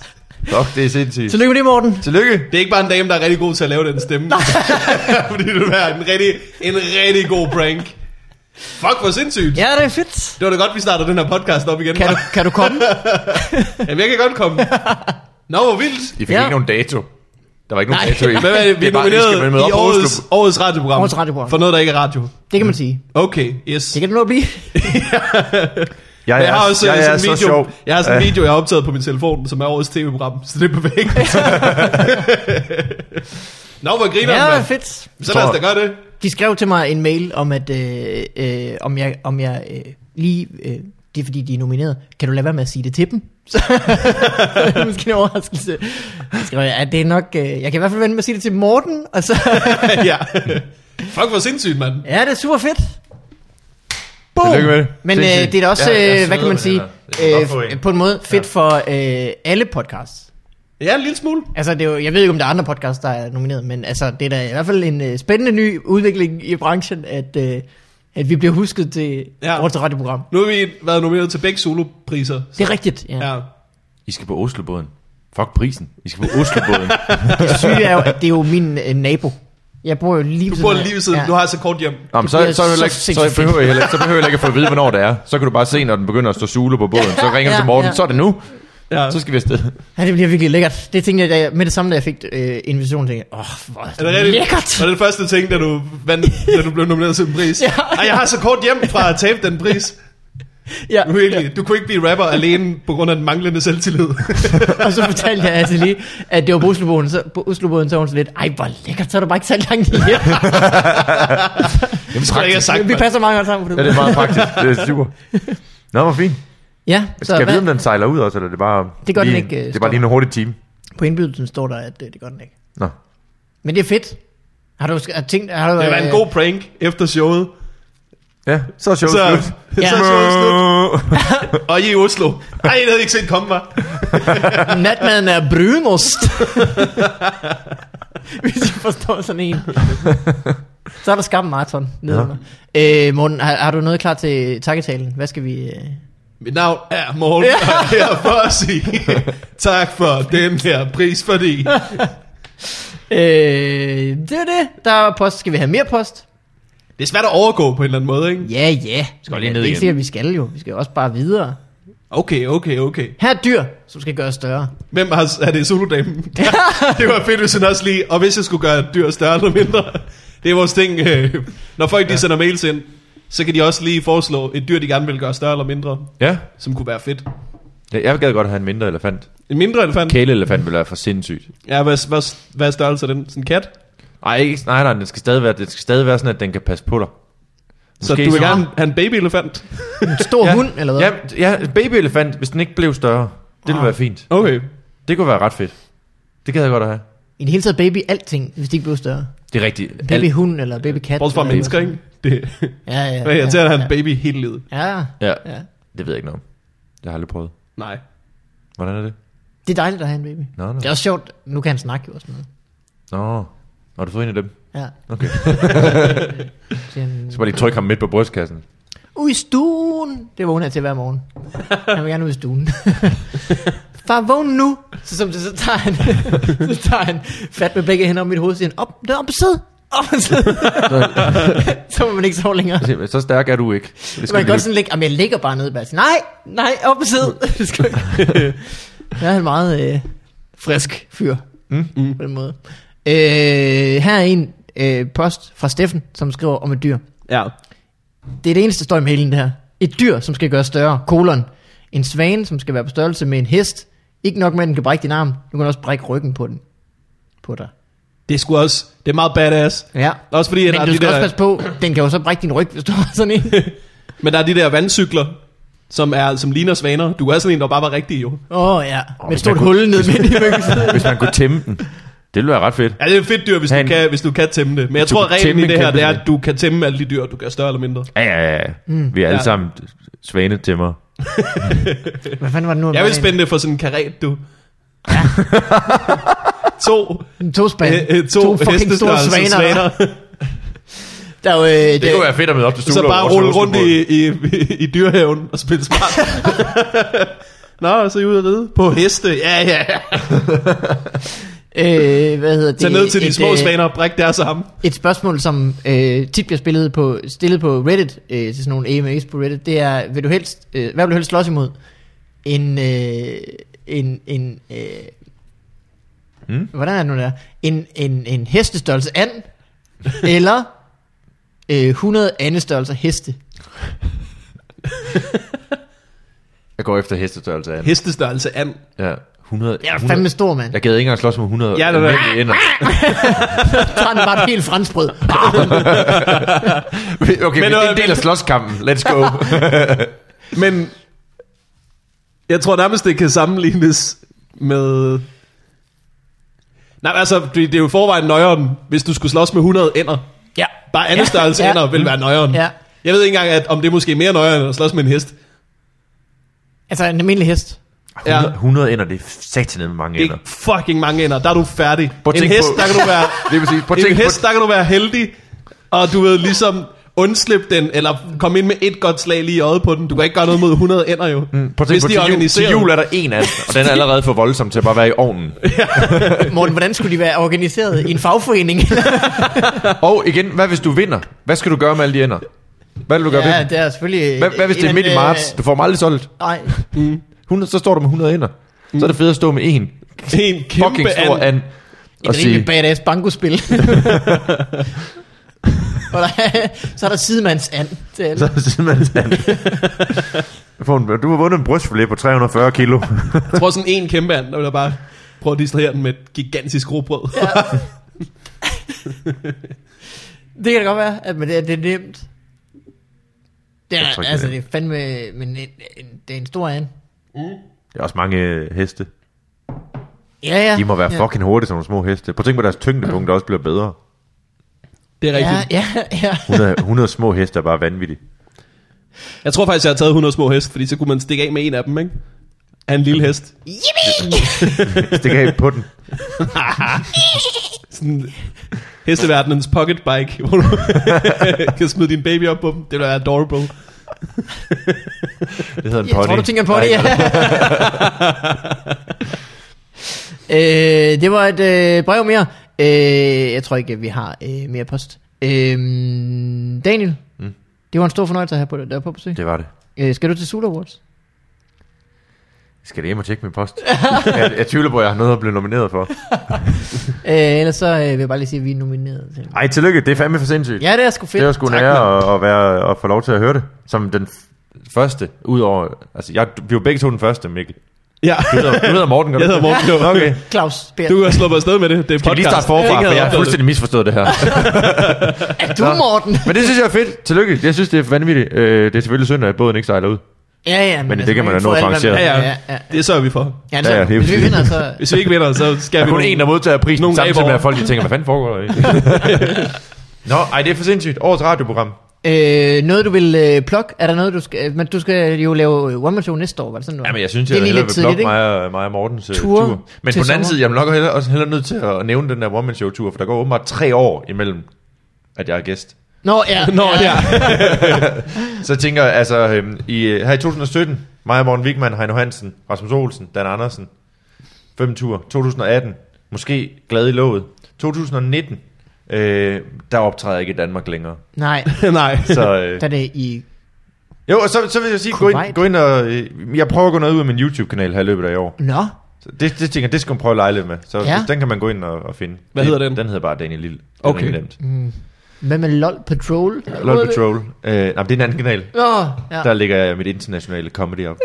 Fuck, det er sindssygt.
Tillykke med det, Morten.
Tillykke.
Det er ikke bare en dame, der er rigtig god til at lave den stemme. Fordi det vil være en rigtig, en rigtig god prank. Fuck, hvor sindssygt.
Ja, det er fedt.
Det var da godt, vi starter den her podcast op igen.
Kan du, kan du komme?
Jamen, jeg kan godt komme. Nå, hvor vildt.
I fik
Ja.
ikke nogen dato. Der var ikke nogen
Nej.
dato i.
Hvad er det, vi
Det
er
er bare, I
nomineret
skal melde med op
i
på
årets,
Oslo.
årets radioprogram.
Årets radioprogram.
For noget, der ikke er radio.
Det kan man sige.
Okay, yes.
Det kan du nå at blive.
Jeg,
Jeg har også
altså, jeg,
sådan
er
en
så
video,
sjov. Øh.
jeg har sådan en
Ja.
video, jeg har optaget på min telefon, som er årets tv-program, så det er perfekt. Nå, hvor griner
Ja,
ja,
det er
man.
fedt.
Så lad os da gøre det.
De skrev til mig en mail om, at øh, øh, om jeg, om jeg øh, lige... Øh, det er fordi, de er nomineret. Kan du lade være med at sige det til dem? Så det er måske en overraskelse. Så skrev jeg, at det er nok... Øh, jeg kan i hvert fald vende med at sige det til Morten. Og så,
ja. Fuck, hvor sindssygt, mand.
ja, det er super fedt. Boom.
Tillykke med det.
Men øh,
Sindssygt.
det er da også,
Ja, jeg
ja,
snyder
hvad kan man
med
sige,
det her. Det er en
øh,
opfordring.
på en måde fedt for øh, alle podcasts.
Ja, en lille smule.
Altså, det er jo, jeg ved ikke, om der er andre podcasts, der er nomineret, men altså, det er da i hvert fald en øh, spændende ny udvikling i branchen, at, øh, at vi bliver husket til
Ja.
ja. vores radioprogram.
Nu har vi været nomineret til begge solopriser.
Det er rigtigt, ja. ja.
Ja.
I skal på Oslobåden. Fuck prisen. I skal på Oslobåden.
Det syge er jo, at det er jo min øh, nabo. Jeg bor jo lige ved
Du bor
siden af-
lige ved siden, ja. du har så kort hjem.
Nå, men så,
bliver
så, er det
så
heller ikke, så,
sindssygt
behøver jeg heller, så behøver jeg heller ikke at få at vide, hvornår det er. Så kan du bare se, når den begynder at stå sule på båden. Så ringer du
Ja,
til Morten.
ja.
Så er det nu.
Ja.
Så skal vi afsted.
Ja, det bliver virkelig lækkert. Det tænkte jeg, da jeg med det samme, da jeg fik øh, invitationen, tænkte jeg, åh, oh, hvor er
Er det
det
rigtigt?
lækkert.
Var det det første ting, da du, vandt, da du blev nomineret til en pris?
Ja.
Ej, jeg har så kort hjem fra at tabe den pris.
Ja.
Virkelig. Du kunne ikke blive rapper alene på grund af den manglende selvtillid.
Og så fortalte jeg altså lige, at det var på Oslobåden, så, på Oslobåden, så var hun sådan lidt, ej, hvor lækkert, så er du bare ikke så langt hjem.
Jamen,
tror jeg ikke, jeg har sagt,
Vi
mand.
passer meget godt sammen på det.
Ja, det er meget praktisk. Det er super. Nå, hvor fint.
Ja,
Skal
så
jeg vide, om
hvad,
den sejler ud også, eller er det bare...
Det gør den
lige,
ikke, øh,
Det er bare lige en hurtig time.
på indbydelsen står der, at øh, det gør den ikke.
Nå.
Men det er fedt. Har du sk- har tænkt... Har du,
Det var en
øh,
god prank efter showet.
Ja, så er showet
Så-
slut.
så
er
showet
slut.
Og I er i Oslo. Ej, det havde jeg ikke set komme, var.
Natmaden er brunost. Hvis I forstår sådan en. Så er der skabt maraton nedenunder. Ja. Øh, Morten, har, har, du noget klar til takketalen? Hvad skal vi... Øh?
Mit navn er Morten, ja. og jeg er for at sige tak for den her pris, fordi...
Øh, det er det. Der er post. Skal vi have mere post?
Det er svært at overgå på en eller anden måde, ikke?
Ja, ja.
Skal lige
Men
ned
Det er
igen.
ikke sikkert, vi skal jo. Vi skal jo også bare videre.
Okay, okay, okay.
Her er dyr, som skal gøres større.
Hvem har, er det solodamen? det var fedt, hvis han også lige... Og hvis jeg skulle gøre dyr større eller mindre... Det er vores ting. Øh, når folk ja. de sender mails ind, så kan de også lige foreslå et dyr, de gerne vil gøre større eller mindre,
Ja.
som kunne være fedt.
Ja, Jeg gad godt have en mindre elefant.
En mindre elefant? Okay.
Kæleelefant ville være for sindssygt.
Ja, hvad, hvad, hvad er størrelse af den? Sådan en kat?
Ej, ikke, nej, nej, den skal stadig være, den skal stadig være sådan, at den kan passe på dig.
Så
Måske
du vil
så-
gerne have en babyelefant?
En stor ja. hund, eller hvad? Ah.
Ja, ja, babyelefant, hvis den ikke blev større. Det ville være fint.
Okay.
Det kunne være ret fedt. Det gad jeg godt at have.
I det hele taget baby alting, hvis de ikke blev større.
Det er rigtigt.
Baby hund eller baby kat.
Bortset fra
eller-
mennesker, ikke? Det,
Ja, ja.
hvad er
ja,
irriterende at have en
ja.
baby hele livet?
Ja,
Ja,
ja.
det ved jeg ikke noget om. Jeg har aldrig prøvet.
Nej.
Hvordan er det?
Det er dejligt at have en baby.
Nå, nå.
Det er også sjovt, nu kan han snakke jo og sådan noget.
Nå, har du fået en af dem?
Ja.
Okay.
Så siger han,
Så bare lige trykke ham midt på brystkassen.
ud i stuen. Det vågner jeg til hver morgen. Han vil gerne ud i stuen. Far, vågn nu. Så, som det, så, tager han, så tager han fat med begge hænder om mit hoved og siger, han, op, der op på side. Op på side. så må man ikke sove længere.
Se, Så stærk er du ikke. Det
Så man
vi
kan godt
lige-
sådan ligge, "Jamen, jeg ligger bare nede bare. Nej, nej, op på side. Det skal jeg ikke." Der er en meget øh, frisk fyr mm. på den måde. Øh, her er en øh, post fra Steffen, som skriver om et dyr.
Ja.
Det er det eneste støj med hele det her. Et dyr, som skal gøres større. Kolon. En svane, som skal være på størrelse med en hest. Ikke nok med, at den kan brække din arm. Du kan også brække ryggen på den. På dig.
Det er sgu også, det er meget badass.
Ja.
Også fordi, at
Men
der, er
du
de
skal også
der,
passe på, den kan jo så brække din ryg, hvis du har sådan en.
men der er de der vandcykler, som, er, som ligner svaner. Du er sådan en, der bare var rigtig, jo.
Åh oh, ja, med
hvis
et stort
man
hul ned midt i ryggen.
Hvis man kunne tæmme den. Det ville være ret fedt.
Ja, det er et fedt dyr, hvis,
Han-
du, kan, hvis du kan tæmme det. Men jeg
du
tror,
kan
reglen
tæmme
i
en
det her,
kæmpe
det er,
svan.
at du kan tæmme alle de dyr, du gør større eller mindre.
Ja, ja, ja. Mm. Vi er alle
Ja.
ja. sammen svanetæmmer.
Hvad fanden var det nu? han
Jeg vil
var
spænde det for sådan en karet, du. to,
en? To spand.
øh, øh, to,
to fucking store
hestestørrelses
svaner.
svaner.
Der er jo, øh, det,
Det kunne være fedt at møde op til
Så
Sula.
bare
over
rulle
Oslo
rundt i, i, i dyrehaven og spille smart. Nå, og så er I ude at ride på heste. Ja, ja.
øh, hvad hedder det?
Tag ned til de
Et,
små
øh,
svaner og bræk deres arme.
Et spørgsmål, som øh, tit bliver spillet på, stillet på Reddit, øh, til sådan nogle AMAs på Reddit, det er, vil du helst, øh, hvad vil du helst slås imod? En, øh, en, en, øh,
Hmm?
Mm.
hvordan er det nu der? En, en, en hestestørrelse and, eller øh, 100 andestørrelser heste.
Jeg går efter hestestørrelse af
Hestestørrelse and.
Ja, 100.
Jeg er fandme stor, mand.
Jeg gad ikke engang slås med 100 ja,
Ja, det er-
almindelige ender.
Jeg tager den bare et helt franskbrød.
Okay, men, men
Men,
det er en
øh,
del af slåskampen. Let's go.
Men jeg tror nærmest, det kan sammenlignes med... Nej, men altså, det, det er jo i forvejen nøjeren, hvis du skulle slås med 100 ender.
ja.
Bare anden størrelse
Ja.
ender vil være nøjeren.
Ja.
Jeg ved ikke engang, at, om det er måske mere nøjeren end at slås med en hest.
Altså en almindelig hest.
100, 100 ender, det er satan med mange
Det
ender.
er fucking mange ender. Der er du færdig.
Prøv at
en
tænke
hest,
på-
der kan du være...
Det vil sige, prøv at
en
tænke på,
hest, der kan du være heldig, og du ved ligesom undslippe den, eller komme ind med et godt slag lige i øjet på den. Du kan ikke gøre noget mod 100 ender jo. Mm,
prøv at tænke
hvis
på
de er
til, jul, til
organiseret.
jul er der en af dem, og den er allerede for voldsom til at bare være i ovnen.
Morten, hvordan skulle de være organiseret i en fagforening?
Og igen, hvad hvis du vinder? Hvad skal du gøre med alle de ender? Hvad vil du gøre ja, ved
ja,
dem?
det er øh, selvfølgelig...
Hvad, hvad hvis det er midt i marts? Du får dem aldrig solgt.
Nej,
100, så står du med 100 ender. Så er det fedt at stå med en
En kæmpe
fucking stor
and.
and.
Et
Og
rimelig
sige,
badass bankospil. og der, så er der sidemandsand til alle.
så er det simpelthen and. Jeg får en- Du har vundet en brystfilet på 340 kilo.
Jeg tror sådan en kæmpe and, der vil jeg bare prøve at distrahere den med et gigantisk robrød. Ja.
Det kan da godt være, at men det, er- det er nemt. Det
Jeg tror
er,
ikke,
altså,
det
det
er
er fandme, men en, en, det er en stor an.
Der er også mange øh, heste.
Ja, ja.
De må være
ja.
fucking hurtige, som nogle små heste. Prøv at tænke på, at deres tyngdepunkt også bliver bedre.
Det er rigtigt.
Ja, ja, ja.
100, 100 små heste er bare vanvittige.
Jeg tror faktisk, jeg har taget 100 små heste, fordi så kunne man stikke af med en af dem, ikke? Af en lille hest.
Stik af på den.
Sådan hesteverdenens pocketbike, hvor du kan smide din baby op på dem. Det ville være adorable.
Det hedder en
Jeg
pony.
tror, du tænker på det, ja. øh, det var et øh, brev mere. Øh, jeg tror ikke, vi har øh, mere post. Øh, Daniel, mm. det var en stor fornøjelse at have på dig der på besøg.
Det var det.
Øh, skal du til Sula Awards?
Skal det hjem og tjekke min post? jeg, jeg tvivler på, at jeg har noget at blive nomineret for.
Øh, ellers så øh, vil jeg bare lige sige, at vi er nomineret til.
Ej, tillykke. Det er fandme for sindssygt.
Ja, det er sgu fedt.
det var sgu en
Tak,
ære at, at, være, at få lov til at høre det. Som den f- første, udover... Altså, jeg, vi var begge to den første, Mikkel.
Ja,
Du hedder, du hedder Morten, gør du
jeg hedder
ikke?
Morten. Nå,
Okay.
mand. Claus Bjerg.
Du har sluppet afsted med det. Det er
Kan vi lige starte forfra, for jeg har fuldstændig misforstået det her.
er du Morten?
Men det synes jeg er fedt. Tillykke. Jeg synes, det er vanvittigt. Øh, det er selvfølgelig synd, at båden ikke sejler ud.
Ja, altså, ja.
Men det kan man da
kan
nå
få
at
alt, hvad
arrangere.
man-
Ja, ja.
ja, ja.
Det sørger vi for.
Ja, så,
Ja,
ja,
ja, det er
hvis vi
fordi-
vinder, så...
Hvis vi ikke vinder, så
Der
skal
er
vi
kun
nogle-
en, der modtager prisen,
Nogle
Nogle samtidig
naboer.
med, at folk de tænker, hvad fanden foregår der? egentlig?" Nå, ej, det er for sindssygt. Årets radioprogram.
Øh, noget, du vil øh, plukke? Er der noget, du skal... øh, Men du skal jo lave øh, One Man Show næste år, var det sådan noget?
Ja, men jeg synes,
Det er
jeg
lige
hellere
lidt
vil blokke
tidligt,
mig, og- mig og Mortens tur.
Ture
tur. Men på
til
den
sommer.
anden side, jeg er nok hellere, også hellere nødt til at nævne den der woman show tur, for der går åbenbart tre år imellem, at jeg er gæst.
Nå, ja.
Nå, ja.
Så jeg tænker, altså, øhm, i, øh, her i 2017, mig og Morten Wigman, Heino Hansen, Rasmus Olsen, Dan Andersen, fem tur. 2018, måske glad i låget. 2019, øh, der optræder jeg ikke i Danmark længere.
Nej,
Nej.
Så, øh,
der er det i...
Jo, og så, så vil jeg sige, gå ind,
Kuwait.
gå ind og... øh, Jeg prøver at gå noget ud af min YouTube-kanal her i løbet af i år.
Nå,
Så det, det tænker jeg, det skal man prøve at lege lidt med. Så
Ja.
ja. den kan man gå ind og, og finde.
Hvad
Det-
hedder den?
Den hedder bare Daniel Lille. Den
Okay.
er nemt.
Mm. hvad med LOL Patrol?
LOL Patrol. Øh, nej, men det er en anden kanal.
Nå, ja.
Der ligger jeg mit internationale comedy op.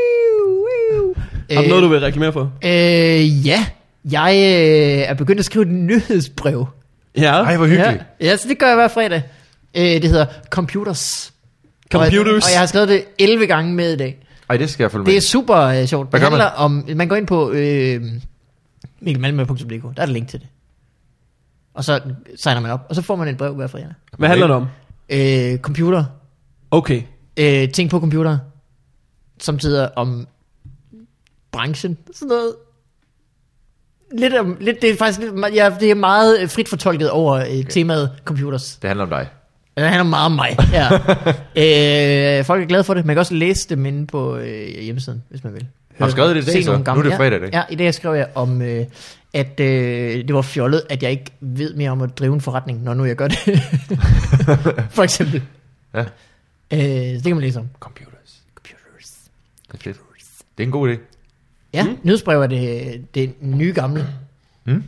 Har du noget, du vil reklamere for?
Øh, ja. Jeg øh, er begyndt at skrive et nyhedsbrev.
Ja.
Ej, hvor hyggeligt.
Ja, ja, så det gør jeg hver fredag. Øh, det hedder Computers.
Computers.
Og, og jeg har skrevet det 11 gange med i dag.
Ej, det skal jeg følge med.
Det er
i.
super øh, sjovt.
Hvad
det
gør man?
handler om, man går ind på øh, mikkelmalmø.dk, der er et link til det. Og så signer man op, og så får man et brev hver fredag.
Hvad handler det om?
Øh, computer,
Okay.
øh, ting på computer, samtidig om branchen, sådan noget. Lidt om, lidt, det er faktisk lidt, me- ja, det er meget øh, frit fortolket over øh, okay. temaet computers.
Det handler om dig.
Det handler Øh, meget om mig. Ja. øh, folk er glade for det. Man kan også læse dem inde på øh, hjemmesiden, hvis man vil.
Har du skrevet det i dag,
Se
så?
nogle gamle-
Nu er det fredag i dag.
Ja, ja, i dag skrev jeg om, øh, at øh, det var fjollet, at jeg ikke ved mere om at drive en forretning, når nu jeg gør det. For eksempel.
Ja.
Øh, så det kan man læse om.
Computers. Computers. Det er fedt. Det er en god idé.
Ja, mm. nyhedsbrev er det, det nye gamle.
Mm.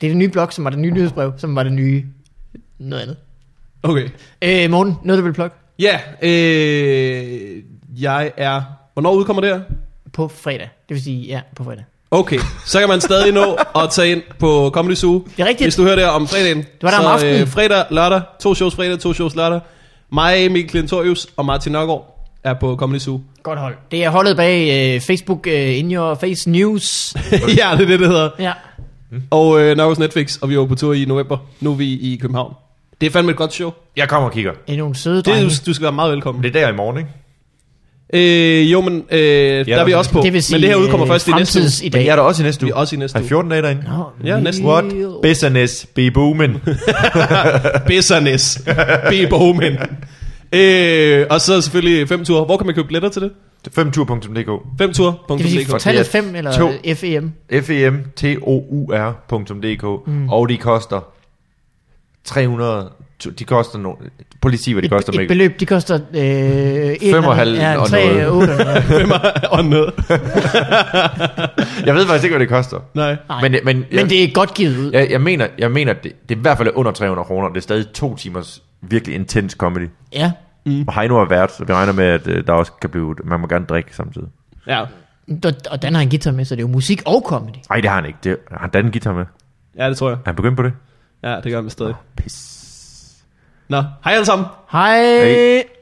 Det er det nye blog, som var det nye nyhedsbrev, som var det nye noget andet.
Okay.
Øh, Morten, noget du vil plukke
Ja, øh, jeg er... Hvornår udkommer det her?
på fredag. Det vil sige, ja, på fredag.
Okay, så kan man stadig nå at tage ind på Comedy Zoo.
Det er rigtigt.
Hvis du hører det om fredagen. Det
var der
så, øh,
om aftenen.
fredag, lørdag, to shows fredag, to shows lørdag. Mig, Mikkel Klintorius og Martin Nørgaard er på Comedy Zoo.
Godt hold. Det er holdet bag øh, Facebook øh, In Your Face News.
ja, det er det, det hedder.
ja.
Og øh, Nørgaards Netflix, og vi var på tur i november. Nu er vi i København. Det er fandme et godt show.
Jeg kommer og kigger.
Det er nogle søde
Det, er
drenge.
du, du skal være meget velkommen.
Men det er der i morgen, ikke?
Øh, jo, men øh, der er vi
der-
også på.
Det vil sige, øh,
men det her udkommer først i næste uge.
I
Men
dag.
jeg er der også i næste uge.
Vi er også i næste
Er
uge.
14 dage derinde?
Nå,
Ja, næsten.
What
real-
business be booming?
Business. Be Bowman. Øh, og så selvfølgelig fem ture. Hvor kan man købe billetter til det?
5tur.dk
Fem ture.
Det vil sige, for
Og det
tallet
er
5 eller E to.
to.
FEM.
E femtour.dk mm. og de koster 300 tu- de koster no, prøv lige at sige hvad de
Et,
koster
et
Mikkel.
beløb, de koster... Øh, et
Fem og halv
eller andet.
og
ja, 3,
noget.
8 noget.
Fem og noget.
Jeg ved faktisk ikke hvad det koster.
Nej.
Nej.
Men men jeg,
Men det er godt givet ud. Ja.
jeg, jeg mener jeg mener det, det er i hvert fald under 300 kroner. Det er stadig to timers virkelig intens comedy.
ja.
Mm. Og Heino er vært, så vi regner med at øh, der også kan blive man må gerne drikke samtidig.
Ja.
Og, og Dan har en guitar med, så det er jo musik og comedy.
Nej, det har han ikke. Det, har han en guitar med?
ja, det tror jeg.
Er han begyndt på det?
Ja, det gør man stadig.
Pis.
Nå, hej alle sammen.
Hej!
Hey.
Hey.